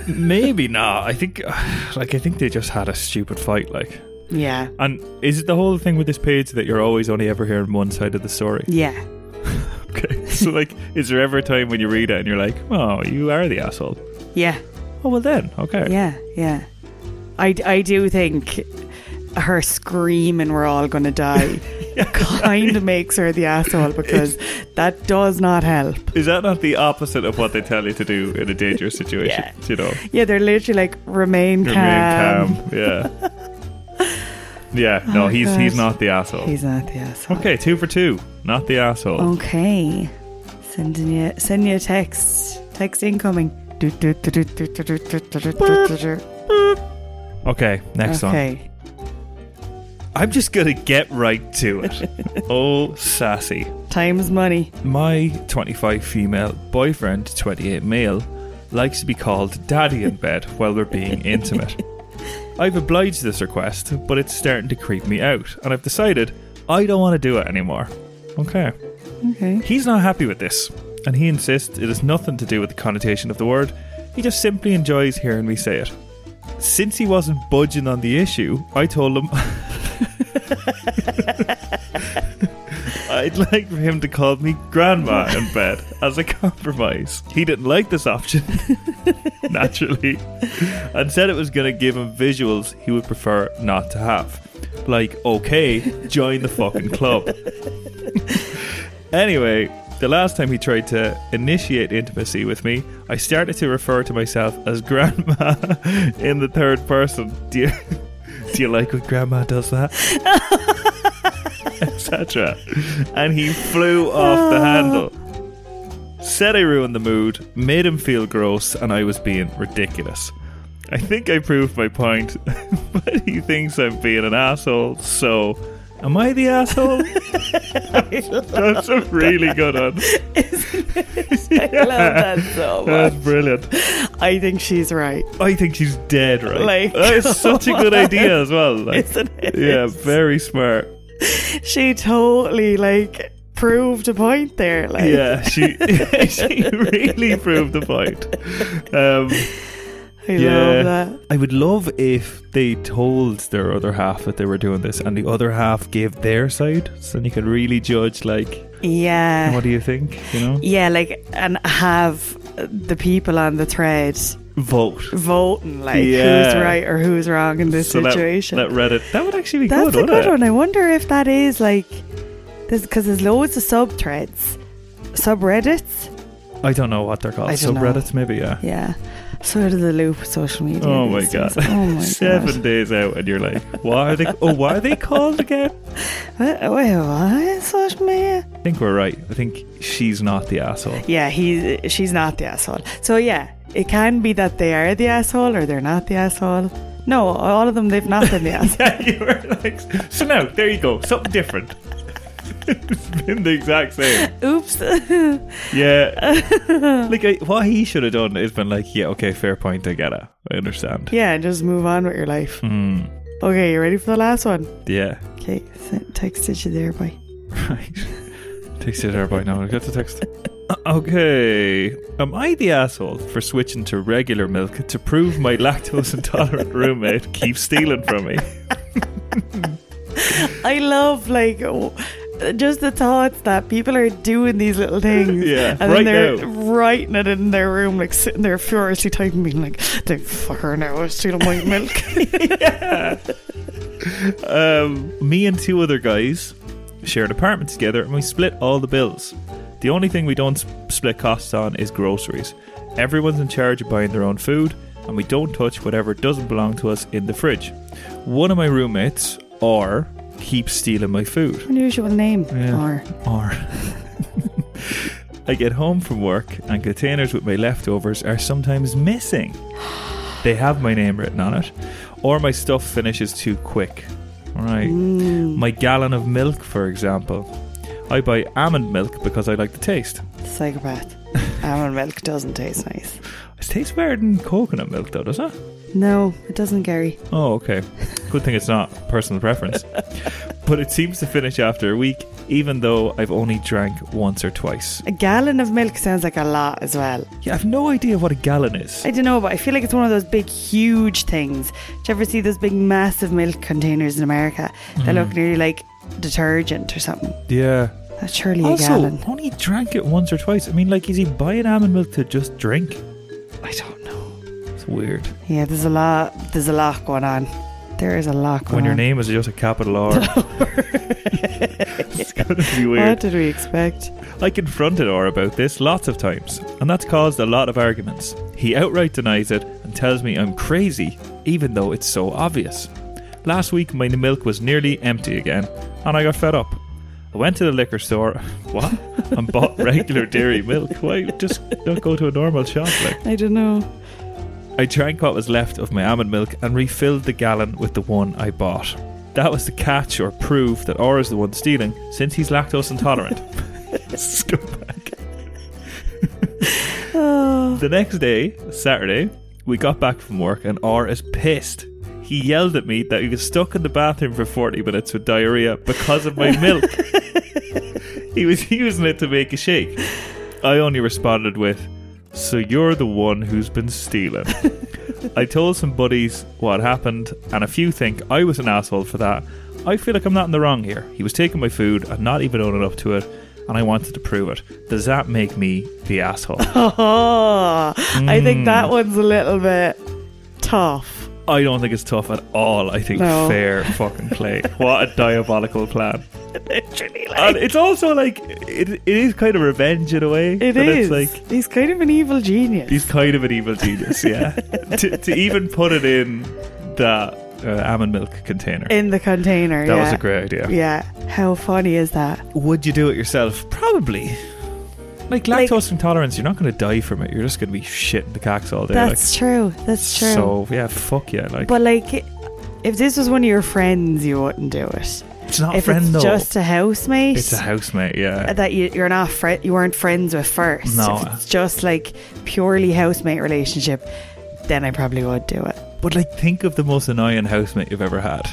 [SPEAKER 3] Maybe not. I think (sighs) like I think they just had a stupid fight. Like,
[SPEAKER 1] Yeah,
[SPEAKER 3] and is it the whole thing with this page that you're always only ever hearing one side of the story? (laughs)
[SPEAKER 1] yeah.
[SPEAKER 3] Okay. So like, is there ever a time when you read it and you're like, oh, you are the asshole?
[SPEAKER 1] Yeah,
[SPEAKER 3] Oh well, then okay.
[SPEAKER 1] yeah, yeah. I, I do think her screaming, we're all going to die, kind of makes her the asshole because that does not help.
[SPEAKER 3] Is that not the opposite of what they tell you to do in a dangerous situation?
[SPEAKER 1] Yeah. (laughs)
[SPEAKER 3] You know.
[SPEAKER 1] Yeah, they're literally like, remain
[SPEAKER 3] Remain
[SPEAKER 1] calm.
[SPEAKER 3] calm. Yeah.
[SPEAKER 1] (laughs)
[SPEAKER 3] yeah. No,
[SPEAKER 1] Oh,
[SPEAKER 3] he's he's
[SPEAKER 1] gosh.
[SPEAKER 3] not the asshole.
[SPEAKER 1] He's not the asshole.
[SPEAKER 3] Okay, two for two. Not the asshole.
[SPEAKER 1] Okay. Sending you, sending you a text. Text incoming.
[SPEAKER 3] Okay, next one.
[SPEAKER 1] Okay.
[SPEAKER 3] I'm just gonna get right to it. oh, sassy.
[SPEAKER 1] Time's money. (laughs)
[SPEAKER 3] My 25 female boyfriend, 28 male, likes to be called daddy in bed while we're being intimate. I've obliged this request, but it's starting to creep me out, and I've decided I don't want to do it anymore. Okay.
[SPEAKER 1] Okay.
[SPEAKER 3] He's not happy with this, and he insists it has nothing to do with the connotation of the word, he just simply enjoys hearing me say it. Since he wasn't budging on the issue, I told him I'd like for him to call me Grandma in bed as a compromise. He didn't like this option, (laughs) naturally, and said it was going to give him visuals he would prefer not to have. Like, okay, join the fucking club. Anyway, the last time he tried to initiate intimacy with me, I started to refer to myself as grandma (laughs) in the third person. Do you, (laughs) do you like when grandma does that? (laughs) Etc. And he flew off the handle. Said I ruined the mood, made him feel gross, and I was being ridiculous. I think I proved my point, (laughs) but he thinks I'm being an asshole, so am I the asshole? (laughs) That's a really good one.
[SPEAKER 1] I love that
[SPEAKER 3] (laughs)
[SPEAKER 1] so
[SPEAKER 3] That's
[SPEAKER 1] much.
[SPEAKER 3] brilliant.
[SPEAKER 1] I think she's right.
[SPEAKER 3] I think she's dead, right?
[SPEAKER 1] Like,
[SPEAKER 3] that is such a good idea as well. Like,
[SPEAKER 1] Isn't it?
[SPEAKER 3] yeah, very smart.
[SPEAKER 1] She totally like proved a point there. Like,
[SPEAKER 3] (laughs) Yeah, she she really proved the point. Um,
[SPEAKER 1] I
[SPEAKER 3] Yeah.
[SPEAKER 1] love that.
[SPEAKER 3] I would love if they told their other half that they were doing this and the other half gave their side so then you could really judge like
[SPEAKER 1] Yeah.
[SPEAKER 3] what do you think, you know?
[SPEAKER 1] yeah, like, and have the people on the thread
[SPEAKER 3] Vote.
[SPEAKER 1] voting, like, who's
[SPEAKER 3] Yeah.
[SPEAKER 1] right or who's wrong in this
[SPEAKER 3] So that-
[SPEAKER 1] situation.
[SPEAKER 3] That, Reddit. That would actually be
[SPEAKER 1] That's
[SPEAKER 3] good,
[SPEAKER 1] a
[SPEAKER 3] wouldn't
[SPEAKER 1] good
[SPEAKER 3] it?
[SPEAKER 1] one. I wonder if that is like this because there's loads of sub threads, subreddits.
[SPEAKER 3] I don't know what they're called.
[SPEAKER 1] I don't know.
[SPEAKER 3] Subreddits, maybe, yeah.
[SPEAKER 1] Yeah, sort of the loop with social media.
[SPEAKER 3] Oh my
[SPEAKER 1] these
[SPEAKER 3] god.
[SPEAKER 1] days. Oh my
[SPEAKER 3] (laughs) Seven
[SPEAKER 1] god!
[SPEAKER 3] days out and you're like, what are they oh what are they called again?
[SPEAKER 1] What, wait, what? Social media?
[SPEAKER 3] I think we're right. I think she's not the asshole.
[SPEAKER 1] Yeah, he. She's not the asshole. So yeah, it can be that they are the asshole or they're not the asshole. No, all of them they've not (laughs) been the asshole.
[SPEAKER 3] (laughs) Yeah, you were like So now, there you go. Something different. it's been the exact same.
[SPEAKER 1] Oops.
[SPEAKER 3] (laughs) Yeah. like I, what he should have done is been like, yeah, okay, fair point, I get it. I understand.
[SPEAKER 1] (laughs) yeah, and just move on with your life.
[SPEAKER 3] Hmm.
[SPEAKER 1] Okay, you ready for the last one?
[SPEAKER 3] yeah. (laughs)
[SPEAKER 1] Okay, sent- texted you there, boy.
[SPEAKER 3] Right. Text it there by now. I got the text. Uh, Okay. Am I the asshole for switching to regular milk to prove my lactose intolerant roommate keeps stealing from (laughs) me?
[SPEAKER 1] I love like w- just the thoughts that people are doing these (laughs) little things.
[SPEAKER 3] Yeah,
[SPEAKER 1] and
[SPEAKER 3] right
[SPEAKER 1] then they're
[SPEAKER 3] now.
[SPEAKER 1] writing it in their room, like sitting there furiously typing, being like, "They fucker now is stealing (laughs) my milk."
[SPEAKER 3] Um, me and two other guys share an apartment together and we split all the bills. The only thing we don't s- split costs on is groceries. Everyone's in charge of buying their own food and we don't touch whatever doesn't belong to us in the fridge. One of my roommates, R, keeps stealing my food.
[SPEAKER 1] Unusual name.
[SPEAKER 3] Yeah.
[SPEAKER 1] Or
[SPEAKER 3] Or (laughs) I get home from work and containers with my leftovers are sometimes missing. They have my name written on it, or my stuff finishes too quick. Right.
[SPEAKER 1] Mm.
[SPEAKER 3] My gallon of milk, for example. I buy almond milk because I like the taste.
[SPEAKER 1] psychopath. (laughs) Almond milk doesn't taste nice.
[SPEAKER 3] It tastes better than coconut milk, though, does it?
[SPEAKER 1] No, it doesn't, Gary.
[SPEAKER 3] Oh, okay. Good thing it's not personal preference. but it seems to finish after a week, even though I've only drank once or twice.
[SPEAKER 1] A gallon of milk sounds like a lot as well.
[SPEAKER 3] Yeah, I've no idea what a gallon is.
[SPEAKER 1] I don't know, but I feel like it's one of those big, huge things. Do you ever see those big, massive milk containers in America? They
[SPEAKER 3] Mm.
[SPEAKER 1] look nearly like detergent or something.
[SPEAKER 3] Yeah.
[SPEAKER 1] That's surely a
[SPEAKER 3] Also,
[SPEAKER 1] gallon.
[SPEAKER 3] only drank it once or twice. I mean, like, is he buying almond milk to just drink?
[SPEAKER 1] I don't know.
[SPEAKER 3] It's weird.
[SPEAKER 1] Yeah, there's a lot. There's a lot going on. There is a lot going
[SPEAKER 3] When your
[SPEAKER 1] on. (laughs)
[SPEAKER 3] name is just a capital R. it's gonna be
[SPEAKER 1] What
[SPEAKER 3] weird.
[SPEAKER 1] did we expect?
[SPEAKER 3] I confronted R about this lots of times, and that's caused a lot of arguments. He outright denies it and tells me I'm crazy, even though it's so obvious. Last week, my milk was nearly empty again, and I got fed up. I went to the liquor store, (laughs) what? And bought regular dairy milk. Why just don't go to a normal shop? Like,
[SPEAKER 1] I don't know.
[SPEAKER 3] I drank what was left of my almond milk and refilled the gallon with the one I bought. That was the catch or proof that R is the one stealing, since he's lactose intolerant. (laughs) Scumbag.
[SPEAKER 1] Oh, (laughs)
[SPEAKER 3] The next day, Saturday, we got back from work and R is pissed. He yelled at me that he was stuck in the bathroom for 40 minutes with diarrhea because of my milk. he was using it to make a shake. I only responded with, So you're the one who's been stealing. I told some buddies what happened, and a few think I was an asshole for that. I feel like I'm not in the wrong here. He was taking my food and not even owning up to it, and I wanted to prove it. Does that make me the asshole?
[SPEAKER 1] I think
[SPEAKER 3] Mm.
[SPEAKER 1] that one's a little bit tough.
[SPEAKER 3] I don't think it's tough at all. I think
[SPEAKER 1] No.
[SPEAKER 3] fair fucking
[SPEAKER 1] (laughs)
[SPEAKER 3] play. What a diabolical plan.
[SPEAKER 1] Literally, like
[SPEAKER 3] And it's also like it, it is kind of revenge in a way.
[SPEAKER 1] it
[SPEAKER 3] that
[SPEAKER 1] is.
[SPEAKER 3] It's like
[SPEAKER 1] he's kind of an evil genius.
[SPEAKER 3] he's kind of an evil genius.
[SPEAKER 1] (laughs)
[SPEAKER 3] Yeah. to, to even put it in that uh, almond milk container.
[SPEAKER 1] in the container.
[SPEAKER 3] that
[SPEAKER 1] yeah.
[SPEAKER 3] was a great idea.
[SPEAKER 1] Yeah, how funny is that?
[SPEAKER 3] Would you do it yourself? Probably. Like
[SPEAKER 1] Like-
[SPEAKER 3] lactose intolerance, you're not going to die from it. You're just going to be shitting the cacks all day.
[SPEAKER 1] That's true. That's
[SPEAKER 3] like,
[SPEAKER 1] true.
[SPEAKER 3] So yeah, fuck yeah. Like
[SPEAKER 1] but like, if this was one of your friends, you wouldn't do it.
[SPEAKER 3] it's not a
[SPEAKER 1] if
[SPEAKER 3] friend
[SPEAKER 1] it's
[SPEAKER 3] though.
[SPEAKER 1] just a housemate,
[SPEAKER 3] it's a housemate. Yeah.
[SPEAKER 1] that you, you're not fri- you weren't friends with first.
[SPEAKER 3] No.
[SPEAKER 1] If it's just like purely housemate relationship, then I probably would do it.
[SPEAKER 3] But like, think of the most annoying housemate you've ever had,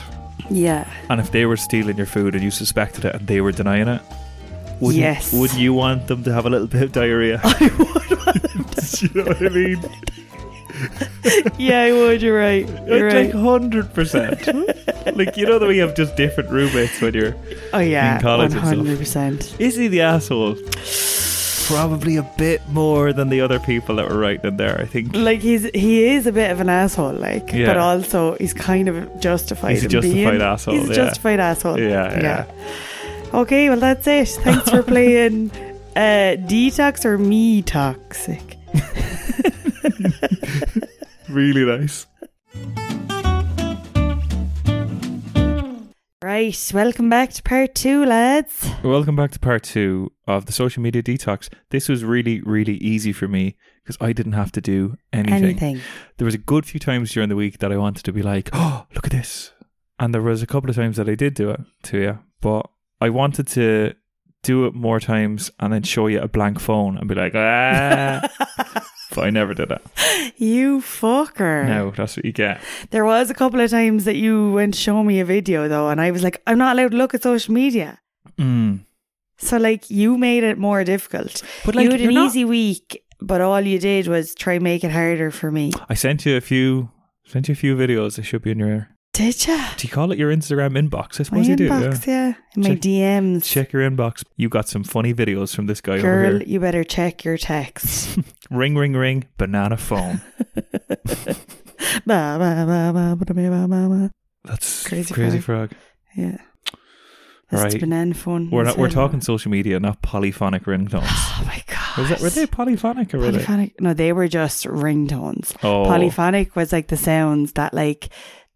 [SPEAKER 1] Yeah.
[SPEAKER 3] and if they were stealing your food and you suspected it and they were denying it, wouldn't,
[SPEAKER 1] Yes.
[SPEAKER 3] would
[SPEAKER 1] (laughs)
[SPEAKER 3] you (laughs) want them to have a little bit of diarrhea? I would. Want them to. you know what I mean?
[SPEAKER 1] (laughs) yeah, I would. You're
[SPEAKER 3] (laughs)
[SPEAKER 1] right. You're
[SPEAKER 3] It's like
[SPEAKER 1] right.
[SPEAKER 3] hundred
[SPEAKER 1] (laughs)
[SPEAKER 3] percent. Like you know that we have just different roommates when you're.
[SPEAKER 1] Oh yeah,
[SPEAKER 3] in college
[SPEAKER 1] one
[SPEAKER 3] and stuff.
[SPEAKER 1] hundred percent.
[SPEAKER 3] Is he the asshole? Probably a bit more than the other people that were writing in there. I think
[SPEAKER 1] Like he's he is a bit of an asshole, like,
[SPEAKER 3] Yeah.
[SPEAKER 1] but also he's kind of justified.
[SPEAKER 3] He's a
[SPEAKER 1] in
[SPEAKER 3] justified
[SPEAKER 1] being-
[SPEAKER 3] asshole,
[SPEAKER 1] He's a
[SPEAKER 3] yeah.
[SPEAKER 1] justified asshole.
[SPEAKER 3] Yeah, yeah.
[SPEAKER 1] Okay, well that's it. Thanks
[SPEAKER 3] (laughs)
[SPEAKER 1] for playing. Uh, detox or me toxic.
[SPEAKER 3] really nice.
[SPEAKER 1] Right, welcome back to part two, lads.
[SPEAKER 3] Welcome back to part two of the social media detox. This was really, really easy for me because I didn't have to do anything.
[SPEAKER 1] Anything?
[SPEAKER 3] There was a good few times during the week that I wanted to be like, "Oh, look at this," and there was a couple of times that I did do it to you, but I wanted to do it more times and then show you a blank phone and be like, "Ah," but I never did it.
[SPEAKER 1] (laughs) you fucker.
[SPEAKER 3] No, that's what you get.
[SPEAKER 1] There was a couple of times that you went to show me a video though, and I was like, I'm not allowed to look at social media.
[SPEAKER 3] Mm.
[SPEAKER 1] So like you made it more difficult.
[SPEAKER 3] But
[SPEAKER 1] you had
[SPEAKER 3] you're
[SPEAKER 1] an
[SPEAKER 3] not-
[SPEAKER 1] easy week, but all you did was try make it harder for me.
[SPEAKER 3] I sent you a few, sent you a few videos. that should be in your.
[SPEAKER 1] Did you?
[SPEAKER 3] Do you call it your Instagram inbox? I
[SPEAKER 1] My
[SPEAKER 3] suppose you do. Yeah.
[SPEAKER 1] inbox, yeah. My
[SPEAKER 3] Check-
[SPEAKER 1] DMs.
[SPEAKER 3] Check your inbox. You got some funny videos from this guy over
[SPEAKER 1] Girl,
[SPEAKER 3] here.
[SPEAKER 1] you better check your (laughs)
[SPEAKER 3] (laughs)
[SPEAKER 1] text.
[SPEAKER 3] Ring, ring, ring. Banana phone.
[SPEAKER 1] Ba, ba, ba, ba, ba, ba, ba, ba, ba.
[SPEAKER 3] That's
[SPEAKER 1] Crazy
[SPEAKER 3] crazy, frog.
[SPEAKER 1] Yeah. That's
[SPEAKER 3] Right.
[SPEAKER 1] banana phone.
[SPEAKER 3] We're not, we're
[SPEAKER 1] Sorry.
[SPEAKER 3] talking social media, not polyphonic ringtones.
[SPEAKER 1] (sighs) Oh my god.
[SPEAKER 3] Was that, were they polyphonic or were they?
[SPEAKER 1] Polyphonic? No, they were just ringtones.
[SPEAKER 3] Oh,
[SPEAKER 1] Polyphonic was like the sounds that like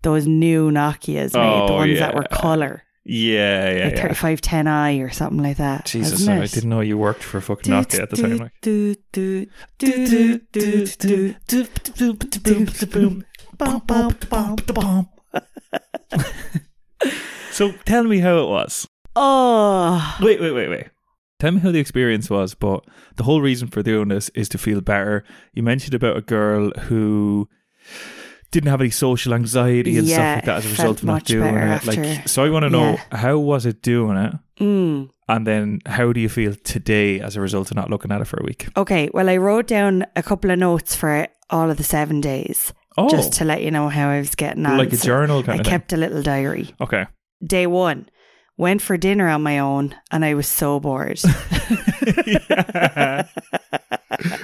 [SPEAKER 1] those new Nokias made, the
[SPEAKER 3] Oh,
[SPEAKER 1] ones that were
[SPEAKER 3] yeah.
[SPEAKER 1] color,
[SPEAKER 3] yeah, yeah,
[SPEAKER 1] like
[SPEAKER 3] yeah.
[SPEAKER 1] 3510i or something like that.
[SPEAKER 3] Jesus,
[SPEAKER 1] wasn't
[SPEAKER 3] I
[SPEAKER 1] it?
[SPEAKER 3] didn't know you worked for fucking Nokia at the time. Like,
[SPEAKER 1] Do, do, do, do, do, do, do. Bum, bum, bum, bum.
[SPEAKER 3] so tell me how it was.
[SPEAKER 1] Oh,
[SPEAKER 3] Wait, wait, wait, wait. Tell me how the experience was, but the whole reason for doing this is to feel better. You mentioned about a girl who didn't have any social anxiety and
[SPEAKER 1] Yeah,
[SPEAKER 3] stuff like that as a
[SPEAKER 1] felt
[SPEAKER 3] result of not
[SPEAKER 1] much
[SPEAKER 3] doing
[SPEAKER 1] better
[SPEAKER 3] it.
[SPEAKER 1] after.
[SPEAKER 3] Like, so I want to know how was it doing it,
[SPEAKER 1] mm.
[SPEAKER 3] and then how do you feel today as a result of not looking at it for a week?
[SPEAKER 1] okay. Well, I wrote down a couple of notes for all of the seven days,
[SPEAKER 3] Oh,
[SPEAKER 1] just to let you know how I was getting on.
[SPEAKER 3] like a
[SPEAKER 1] So
[SPEAKER 3] journal
[SPEAKER 1] I
[SPEAKER 3] kind of
[SPEAKER 1] kept a little diary.
[SPEAKER 3] thing.
[SPEAKER 1] (laughs)
[SPEAKER 3] Okay, (laughs)
[SPEAKER 1] day one went for dinner on my own and i was so
[SPEAKER 3] (laughs)
[SPEAKER 1] bored (laughs)
[SPEAKER 3] yeah.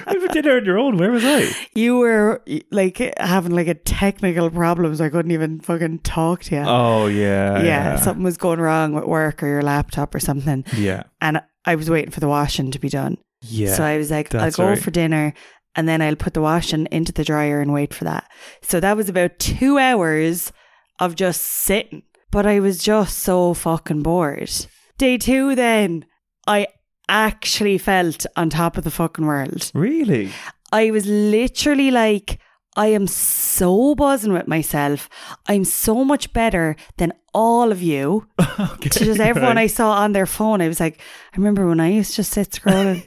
[SPEAKER 3] you did it on your own. Where was I?
[SPEAKER 1] you were like having like a technical problem so i couldn't even fucking talk to you
[SPEAKER 3] Oh yeah,
[SPEAKER 1] yeah,
[SPEAKER 3] yeah,
[SPEAKER 1] something was going wrong with work or your laptop or something
[SPEAKER 3] yeah,
[SPEAKER 1] and i was waiting for the washing to be done
[SPEAKER 3] yeah.
[SPEAKER 1] so i was like i'll
[SPEAKER 3] that's
[SPEAKER 1] go
[SPEAKER 3] right.
[SPEAKER 1] for dinner and then i'll put the washing into the dryer and wait for that so that was about two hours of just sitting but i was just so fucking bored day two then i actually felt on top of the fucking world (laughs)
[SPEAKER 3] really?
[SPEAKER 1] I was literally like, I am so buzzing with myself. I'm so much better than all of you.
[SPEAKER 3] Okay,
[SPEAKER 1] To
[SPEAKER 3] (laughs)
[SPEAKER 1] just everyone I saw on their phone, I was like, I remember when I used to just sit
[SPEAKER 3] (laughs)
[SPEAKER 1] scrolling.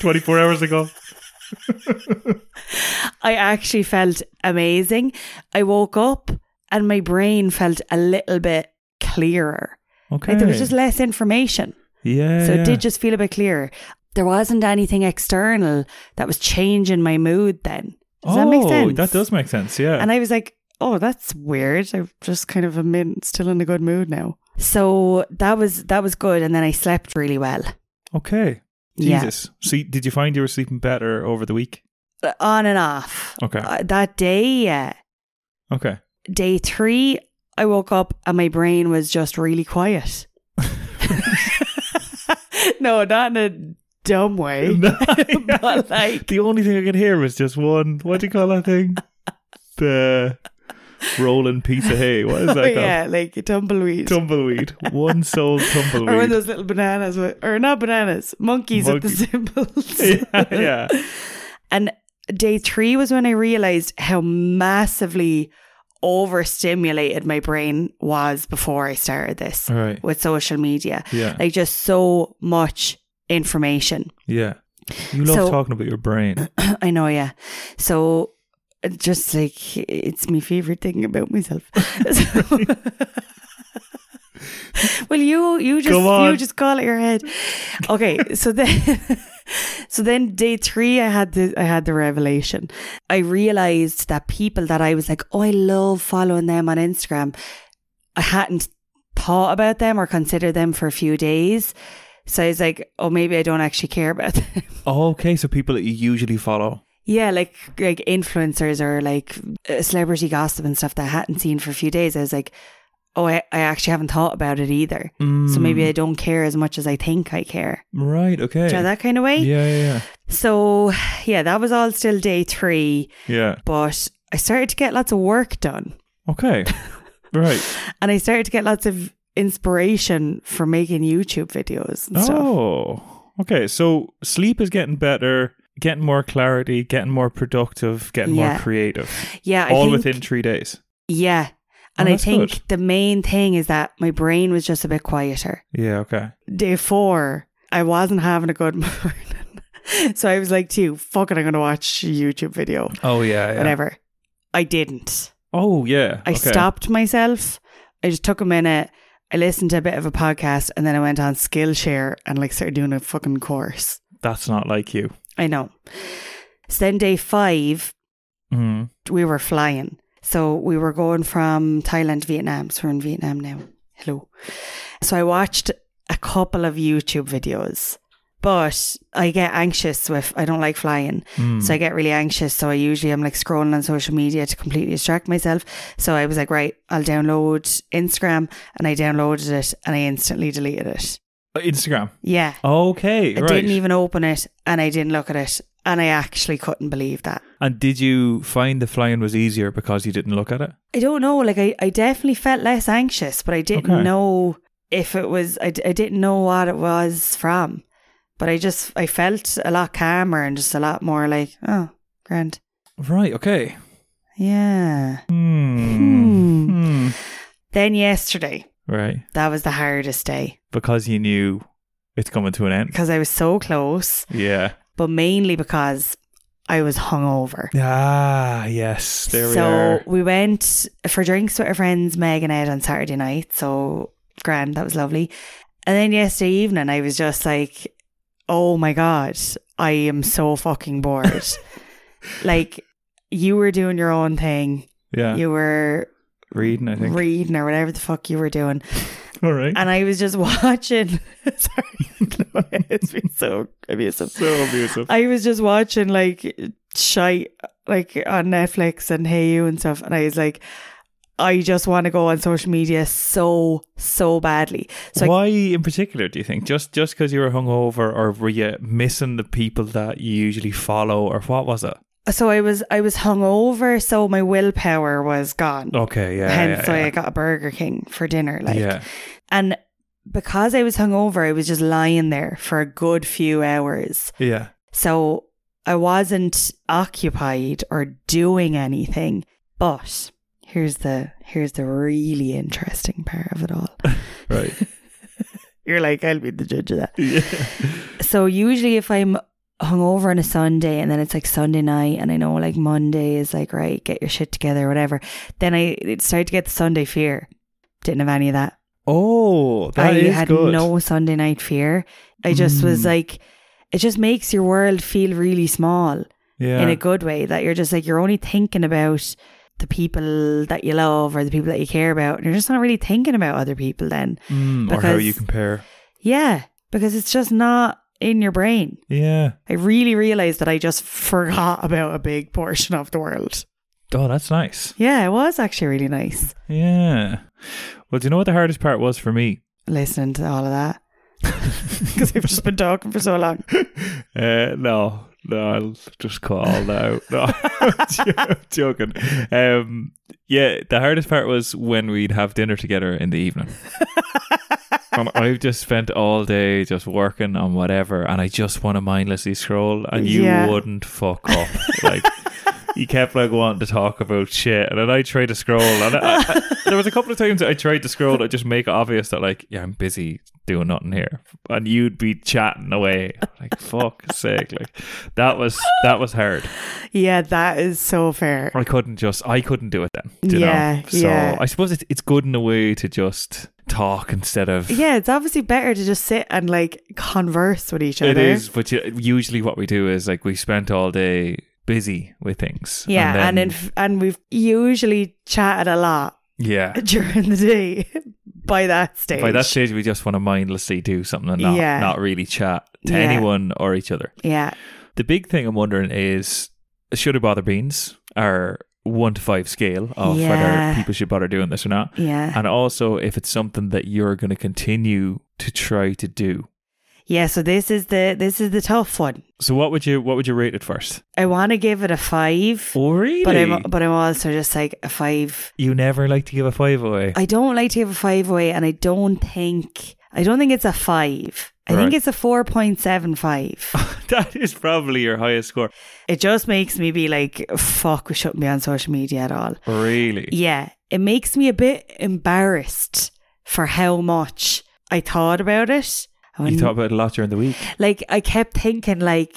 [SPEAKER 3] twenty four hours ago.
[SPEAKER 1] I actually felt amazing. I woke up and my brain felt a little bit clearer.
[SPEAKER 3] Okay.
[SPEAKER 1] Like there was just less information.
[SPEAKER 3] yeah.
[SPEAKER 1] So
[SPEAKER 3] yeah.
[SPEAKER 1] it did just feel a bit clearer. There wasn't anything external that was changing my mood then. Does
[SPEAKER 3] oh,
[SPEAKER 1] that make sense?
[SPEAKER 3] That does make sense. Yeah.
[SPEAKER 1] And I was like, oh, that's weird. I'm just kind of am in, still in a good mood now. So that was that was good. And then I slept really well.
[SPEAKER 3] okay.
[SPEAKER 1] Yeah.
[SPEAKER 3] Jesus. So y- did you find you were sleeping better over the week?
[SPEAKER 1] Uh, On and off.
[SPEAKER 3] Okay.
[SPEAKER 1] Uh, that day, yeah.
[SPEAKER 3] Okay. (laughs)
[SPEAKER 1] Day three, I woke up and my brain was just really (laughs) quiet. no, not in a dumb way. (laughs) but like
[SPEAKER 3] the only thing I could hear was just one. What do you call that thing? The rolling piece of hay. What is that
[SPEAKER 1] oh,
[SPEAKER 3] called?
[SPEAKER 1] yeah, like a tumbleweed.
[SPEAKER 3] Tumbleweed. One
[SPEAKER 1] or
[SPEAKER 3] soul
[SPEAKER 1] one of
[SPEAKER 3] tumbleweed.
[SPEAKER 1] those little bananas, with, or not bananas, monkeys with the symbols. (laughs)
[SPEAKER 3] yeah, (laughs) yeah.
[SPEAKER 1] And day three was when I realized how massively overstimulated my brain was before I started this
[SPEAKER 3] All right.
[SPEAKER 1] with social media.
[SPEAKER 3] Yeah.
[SPEAKER 1] Like just so much information.
[SPEAKER 3] Yeah. You love
[SPEAKER 1] So-
[SPEAKER 3] talking about
[SPEAKER 1] (clears throat)
[SPEAKER 3] your brain.
[SPEAKER 1] (laughs) I know, yeah. So just like it's my favorite thing about myself. (laughs) So- well, you you just
[SPEAKER 3] Come on.
[SPEAKER 1] you just call it your head. Okay, so then (laughs) So then day three, I had the I had the revelation. I realized that people that I was like, oh, I love following them on Instagram. I hadn't thought about them or considered them for a few days. So I was like, oh, maybe I don't actually care about (laughs) them.
[SPEAKER 3] Okay, so people that you usually follow.
[SPEAKER 1] yeah, like like influencers or like uh, celebrity gossip and stuff that I hadn't seen for a few days. I was like, oh, I, I actually haven't thought about it either. So maybe
[SPEAKER 3] Mm.
[SPEAKER 1] I don't care as much as I think I care.
[SPEAKER 3] Right, okay.
[SPEAKER 1] Do you know that kind of way?
[SPEAKER 3] Yeah, yeah,
[SPEAKER 1] So, yeah, that was all still day three,
[SPEAKER 3] yeah. Yeah.
[SPEAKER 1] but I started to get lots of work done (laughs)
[SPEAKER 3] Okay. right.
[SPEAKER 1] and I started to get lots of inspiration for making YouTube videos and stuff.
[SPEAKER 3] Oh. Okay, so sleep is getting better, getting more clarity, getting more productive, getting
[SPEAKER 1] Yeah.
[SPEAKER 3] more creative.
[SPEAKER 1] Yeah. I
[SPEAKER 3] Oh. all
[SPEAKER 1] think,
[SPEAKER 3] within three days.
[SPEAKER 1] Yeah. And I
[SPEAKER 3] that's
[SPEAKER 1] think
[SPEAKER 3] good.
[SPEAKER 1] the main thing is that my brain was just a bit quieter.
[SPEAKER 3] Yeah, okay.
[SPEAKER 1] Day four, I wasn't having a good (laughs) morning. so I was like, to you, fuck it, I'm going to watch a YouTube video,
[SPEAKER 3] Oh yeah.
[SPEAKER 1] whatever. I didn't.
[SPEAKER 3] Oh yeah.
[SPEAKER 1] I
[SPEAKER 3] okay.
[SPEAKER 1] stopped myself. I just took a minute. I listened to a bit of a podcast and then I went on Skillshare and like started doing a fucking course.
[SPEAKER 3] That's not like you.
[SPEAKER 1] I know. So then day five,
[SPEAKER 3] Mm.
[SPEAKER 1] we were flying. So we were going from Thailand to Vietnam. So we're in Vietnam now. Hello. So I watched a couple of YouTube videos, but I get anxious with, I don't like flying.
[SPEAKER 3] Mm.
[SPEAKER 1] So I get really anxious. So I usually am like scrolling on social media to completely distract myself. So I was like, right, I'll download Instagram. And I downloaded it and I instantly deleted it.
[SPEAKER 3] Uh, Instagram.
[SPEAKER 1] Yeah.
[SPEAKER 3] Okay.
[SPEAKER 1] I
[SPEAKER 3] right.
[SPEAKER 1] didn't even open it and I didn't look at it. And I actually couldn't believe that.
[SPEAKER 3] and did you find the flying was easier because you didn't look at it?
[SPEAKER 1] I don't know. Like, I, I definitely felt less anxious, but I didn't
[SPEAKER 3] Okay.
[SPEAKER 1] know if it was, I, d- I didn't know what it was from. But I just, I felt a lot calmer and just a lot more like, oh, grand.
[SPEAKER 3] Right. Okay.
[SPEAKER 1] Yeah.
[SPEAKER 3] Hmm. Hmm.
[SPEAKER 1] Then yesterday,
[SPEAKER 3] Right.
[SPEAKER 1] That was the hardest day
[SPEAKER 3] Because you knew it's coming to an
[SPEAKER 1] (laughs)
[SPEAKER 3] end.
[SPEAKER 1] because I was so close,
[SPEAKER 3] Yeah.
[SPEAKER 1] but mainly because I was hungover.
[SPEAKER 3] Ah. Yes. There we
[SPEAKER 1] so
[SPEAKER 3] are.
[SPEAKER 1] we went for drinks with our friends Meg and Ed on Saturday night. So grand, that was lovely. And then yesterday evening, I was just like, "Oh my god, I am so fucking
[SPEAKER 3] (laughs)
[SPEAKER 1] bored." like you were doing your own thing,
[SPEAKER 3] Yeah.
[SPEAKER 1] you were
[SPEAKER 3] Reading. I think.
[SPEAKER 1] reading or whatever the fuck you were doing,
[SPEAKER 3] All right.
[SPEAKER 1] and I was just (laughs) watching. Sorry, it's been so abusive. (laughs)
[SPEAKER 3] (laughs) so abusive.
[SPEAKER 1] I was just watching like shite like on Netflix and Hey You and stuff, and I was like, I just want to go on social media so so badly. So I,
[SPEAKER 3] Why in particular do you think? Just just because you were hungover, or were you missing the people that you usually follow, or what was it?
[SPEAKER 1] so I was I was hungover, so my willpower was gone.
[SPEAKER 3] Okay, Oh, yeah,
[SPEAKER 1] Hence
[SPEAKER 3] yeah,
[SPEAKER 1] why
[SPEAKER 3] yeah.
[SPEAKER 1] I got a Burger King for dinner. Like,
[SPEAKER 3] yeah.
[SPEAKER 1] and because I was hungover, I was just lying there for a good few hours.
[SPEAKER 3] Yeah.
[SPEAKER 1] So I wasn't occupied or doing anything. But here's the here's the really interesting part of it all.
[SPEAKER 3] Right.
[SPEAKER 1] (laughs) You're like, I'll be the judge of that.
[SPEAKER 3] yeah.
[SPEAKER 1] So usually if I'm hungover on a Sunday and then it's like Sunday night and I know like Monday is like, right, get your shit together, whatever, then I it started to get the Sunday fear. Didn't have any of that.
[SPEAKER 3] Oh, that
[SPEAKER 1] I
[SPEAKER 3] is
[SPEAKER 1] had
[SPEAKER 3] good.
[SPEAKER 1] no Sunday night fear. I just was
[SPEAKER 3] Mm.
[SPEAKER 1] like it just makes your world feel really small.
[SPEAKER 3] yeah.
[SPEAKER 1] in a good way that you're just like you're only thinking about the people that you love or the people that you care about and you're just not really thinking about other people then
[SPEAKER 3] Mm, or how you
[SPEAKER 1] because-
[SPEAKER 3] compare.
[SPEAKER 1] yeah because it's just not in your brain
[SPEAKER 3] Yeah.
[SPEAKER 1] i really realized that i just forgot about a big portion of the world
[SPEAKER 3] Oh, that's nice.
[SPEAKER 1] yeah it was actually really nice
[SPEAKER 3] Yeah. Well, do you know what the hardest part was for me?
[SPEAKER 1] listening to all of that (laughs) because i've just been talking for so long
[SPEAKER 3] Uh, no, no, I'll just cut all that out. No, (laughs) I'm jo- joking. Um, yeah, the hardest part was when we'd have dinner together in the evening. and I've just spent all day just working on whatever, and I just want to mindlessly scroll, and you
[SPEAKER 1] Yeah.
[SPEAKER 3] wouldn't fuck up. Like, he kept like wanting to talk about shit, and then I tried to scroll, and I, I, I- there was a couple of times that I tried to scroll to just make it obvious that like, yeah, I'm busy doing nothing here, and you'd be
[SPEAKER 1] (laughs)
[SPEAKER 3] chatting away, like fuck sake, like that was that was hard.
[SPEAKER 1] yeah, that is so fair.
[SPEAKER 3] I couldn't just I couldn't do it then. do you
[SPEAKER 1] Yeah,
[SPEAKER 3] know? So
[SPEAKER 1] yeah.
[SPEAKER 3] I suppose it's it's good in a way to just talk instead of
[SPEAKER 1] Yeah, it's obviously better to just sit and like converse with each other.
[SPEAKER 3] It is, but you, usually what we do is like we spent all day busy with things.
[SPEAKER 1] Yeah, and
[SPEAKER 3] then-
[SPEAKER 1] in, and we've usually chatted a lot
[SPEAKER 3] (laughs)
[SPEAKER 1] (laughs)
[SPEAKER 3] yeah,
[SPEAKER 1] during the day (laughs) by that stage.
[SPEAKER 3] by that stage we just want to mindlessly do something and not
[SPEAKER 1] Yeah.
[SPEAKER 3] not really chat to
[SPEAKER 1] Yeah.
[SPEAKER 3] anyone or each other.
[SPEAKER 1] Yeah.
[SPEAKER 3] The big thing I'm wondering is should I bother beans? Our one to five scale of
[SPEAKER 1] Yeah.
[SPEAKER 3] whether people should bother doing this or (laughs) not,
[SPEAKER 1] Yeah.
[SPEAKER 3] and also if it's something that you're going to continue to try to do.
[SPEAKER 1] yeah, so this is the this is the tough one.
[SPEAKER 3] So what would you what would you rate it first?
[SPEAKER 1] I want to give it a 5,
[SPEAKER 3] Oh really?
[SPEAKER 1] but I'm but I'm also just like a 5.
[SPEAKER 3] you never like to give a five away.
[SPEAKER 1] I don't like to give a 5 away and I don't think I don't think it's a 5. I think
[SPEAKER 3] Right.
[SPEAKER 1] it's a 4.75.
[SPEAKER 3] (laughs) (laughs) that is probably your highest score.
[SPEAKER 1] it just makes me be like fuck, we shouldn't be on social media at all.
[SPEAKER 3] Really?
[SPEAKER 1] Yeah, it makes me a bit embarrassed for how much I thought about it. I
[SPEAKER 3] You
[SPEAKER 1] went-
[SPEAKER 3] thought about it a lot during the week.
[SPEAKER 1] like I kept thinking like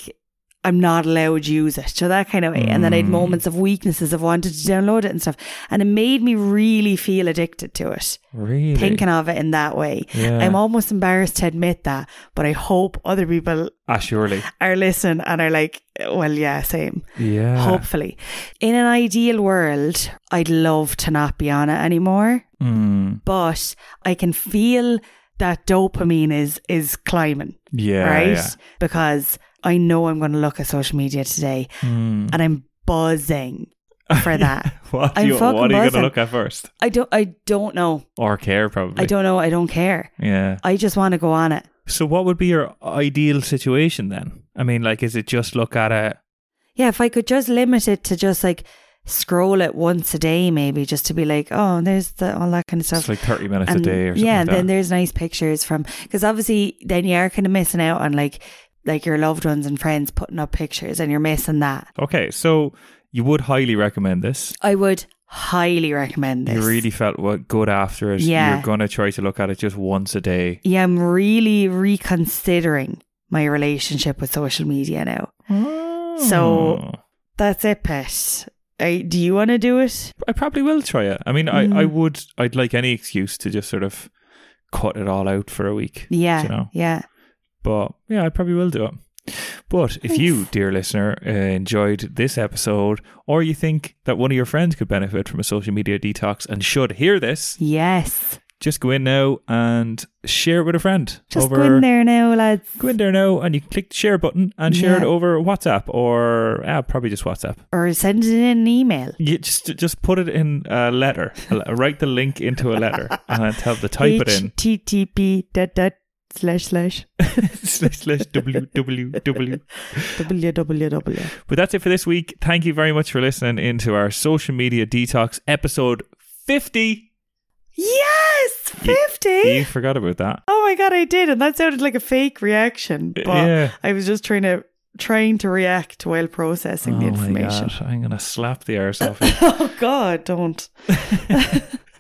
[SPEAKER 1] I'm not allowed to use it, so that kind of way. And then I had
[SPEAKER 3] Mm.
[SPEAKER 1] moments of weaknesses of wanted to download it and stuff, and it made me really feel addicted to it.
[SPEAKER 3] Really?
[SPEAKER 1] Thinking of it in that way,
[SPEAKER 3] Yeah.
[SPEAKER 1] I'm almost embarrassed to admit that, but I hope other people
[SPEAKER 3] ah, surely.
[SPEAKER 1] are listening and are like, well, yeah, same.
[SPEAKER 3] Yeah.
[SPEAKER 1] Hopefully, in an ideal world, I'd love to not be on it anymore
[SPEAKER 3] Mm,
[SPEAKER 1] but I can feel that dopamine is is climbing,
[SPEAKER 3] yeah.
[SPEAKER 1] right?
[SPEAKER 3] Yeah.
[SPEAKER 1] Because I know I'm going to look at social media today,
[SPEAKER 3] Mm.
[SPEAKER 1] and I'm buzzing for that.
[SPEAKER 3] (laughs) What,
[SPEAKER 1] I'm
[SPEAKER 3] do you, what
[SPEAKER 1] fucking
[SPEAKER 3] are you going
[SPEAKER 1] buzzing.
[SPEAKER 3] to look at first?
[SPEAKER 1] I don't, I don't know,
[SPEAKER 3] Or care, probably.
[SPEAKER 1] I don't know, I don't care.
[SPEAKER 3] Yeah.
[SPEAKER 1] I just want to go on it.
[SPEAKER 3] So, what would be your ideal situation then? I mean, like, is it just look at it?
[SPEAKER 1] Yeah, if I could just limit it to just like scroll it once a day, maybe just to be like, oh, there's the all that kind of stuff.
[SPEAKER 3] It's like 30 minutes a
[SPEAKER 1] And-
[SPEAKER 3] day or something.
[SPEAKER 1] Um, yeah,
[SPEAKER 3] like
[SPEAKER 1] and then
[SPEAKER 3] that.
[SPEAKER 1] there's nice pictures from because obviously then you are kind of missing out on like like your loved ones and friends putting up pictures, and you're missing that.
[SPEAKER 3] Okay. So, you would highly recommend this.
[SPEAKER 1] I would highly recommend this.
[SPEAKER 3] You really felt what good after it.
[SPEAKER 1] Yeah.
[SPEAKER 3] You're going to try to look at it just once a day.
[SPEAKER 1] yeah, I'm really reconsidering my relationship with social media now. So-
[SPEAKER 3] Oh.
[SPEAKER 1] That's it, Pet. I, do you want to do it?
[SPEAKER 3] I probably will try it. I mean, I, I
[SPEAKER 1] Mm.
[SPEAKER 3] would. I'd like any excuse to just sort of cut it all out for a week.
[SPEAKER 1] Yeah,
[SPEAKER 3] Do you know?
[SPEAKER 1] yeah.
[SPEAKER 3] But yeah, I probably will do it. But if you,
[SPEAKER 1] Thanks.
[SPEAKER 3] dear listener, uh, enjoyed this episode, or you think that one of your friends could benefit from a social media detox and should hear this,
[SPEAKER 1] Yes.
[SPEAKER 3] just go in now and share it with a friend.
[SPEAKER 1] Just
[SPEAKER 3] over,
[SPEAKER 1] go in there now, lads.
[SPEAKER 3] Go in there now, and you can click the share button and share
[SPEAKER 1] Yeah.
[SPEAKER 3] it over WhatsApp or uh, probably just WhatsApp.
[SPEAKER 1] Or send it in an email.
[SPEAKER 3] You just just put it in a letter. A le- Write the link into a
[SPEAKER 1] (laughs)
[SPEAKER 3] letter and tell them to type it in.
[SPEAKER 1] HTTP dot dot slash slash
[SPEAKER 3] slash slash
[SPEAKER 1] (laughs)
[SPEAKER 3] www.
[SPEAKER 1] www.
[SPEAKER 3] But that's it for this week. Thank you very much for listening into our social media detox episode fifty.
[SPEAKER 1] Yes! 50!
[SPEAKER 3] You forgot about that.
[SPEAKER 1] oh my god, I did. And that sounded like a fake reaction. But
[SPEAKER 3] Uh, yeah.
[SPEAKER 1] I was just trying to trying to react while processing the
[SPEAKER 3] oh my
[SPEAKER 1] information.
[SPEAKER 3] gosh, I'm gonna slap the arse off. you.
[SPEAKER 1] Oh (laughs) God,
[SPEAKER 3] (laughs)
[SPEAKER 1] don't.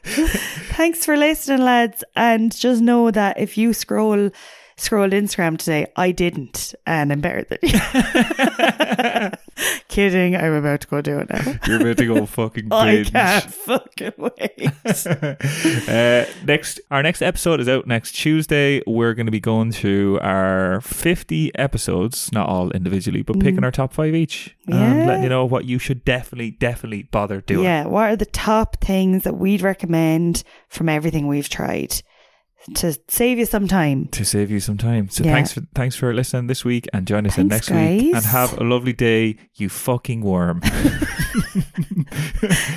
[SPEAKER 1] Thanks for listening, lads. And just know that if you scroll scrolled Instagram today, I didn't, and I'm better than you.
[SPEAKER 3] (laughs)
[SPEAKER 1] (laughs) Kidding, I'm about to go do it now.
[SPEAKER 3] You're about
[SPEAKER 1] (laughs)
[SPEAKER 3] to go fucking
[SPEAKER 1] I
[SPEAKER 3] binge.
[SPEAKER 1] can't fucking wait.
[SPEAKER 3] uh, next, our next episode is out next Tuesday. We're going to be going through our 50 episodes, not all individually, but picking our top five each
[SPEAKER 1] Mm. Yeah.
[SPEAKER 3] and letting you know what you should definitely, definitely bother doing.
[SPEAKER 1] yeah, what are the top things that we'd recommend from everything we've tried to save you some time?
[SPEAKER 3] To save you some time. So
[SPEAKER 1] Yeah.
[SPEAKER 3] thanks for thanks for listening this week and join us in
[SPEAKER 1] Thanks,
[SPEAKER 3] next week.
[SPEAKER 1] guys.
[SPEAKER 3] And have a lovely day, you fucking worm.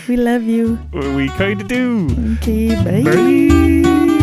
[SPEAKER 1] We love you.
[SPEAKER 3] (laughs) we kind of do.
[SPEAKER 1] Okay, bye.
[SPEAKER 3] Bye.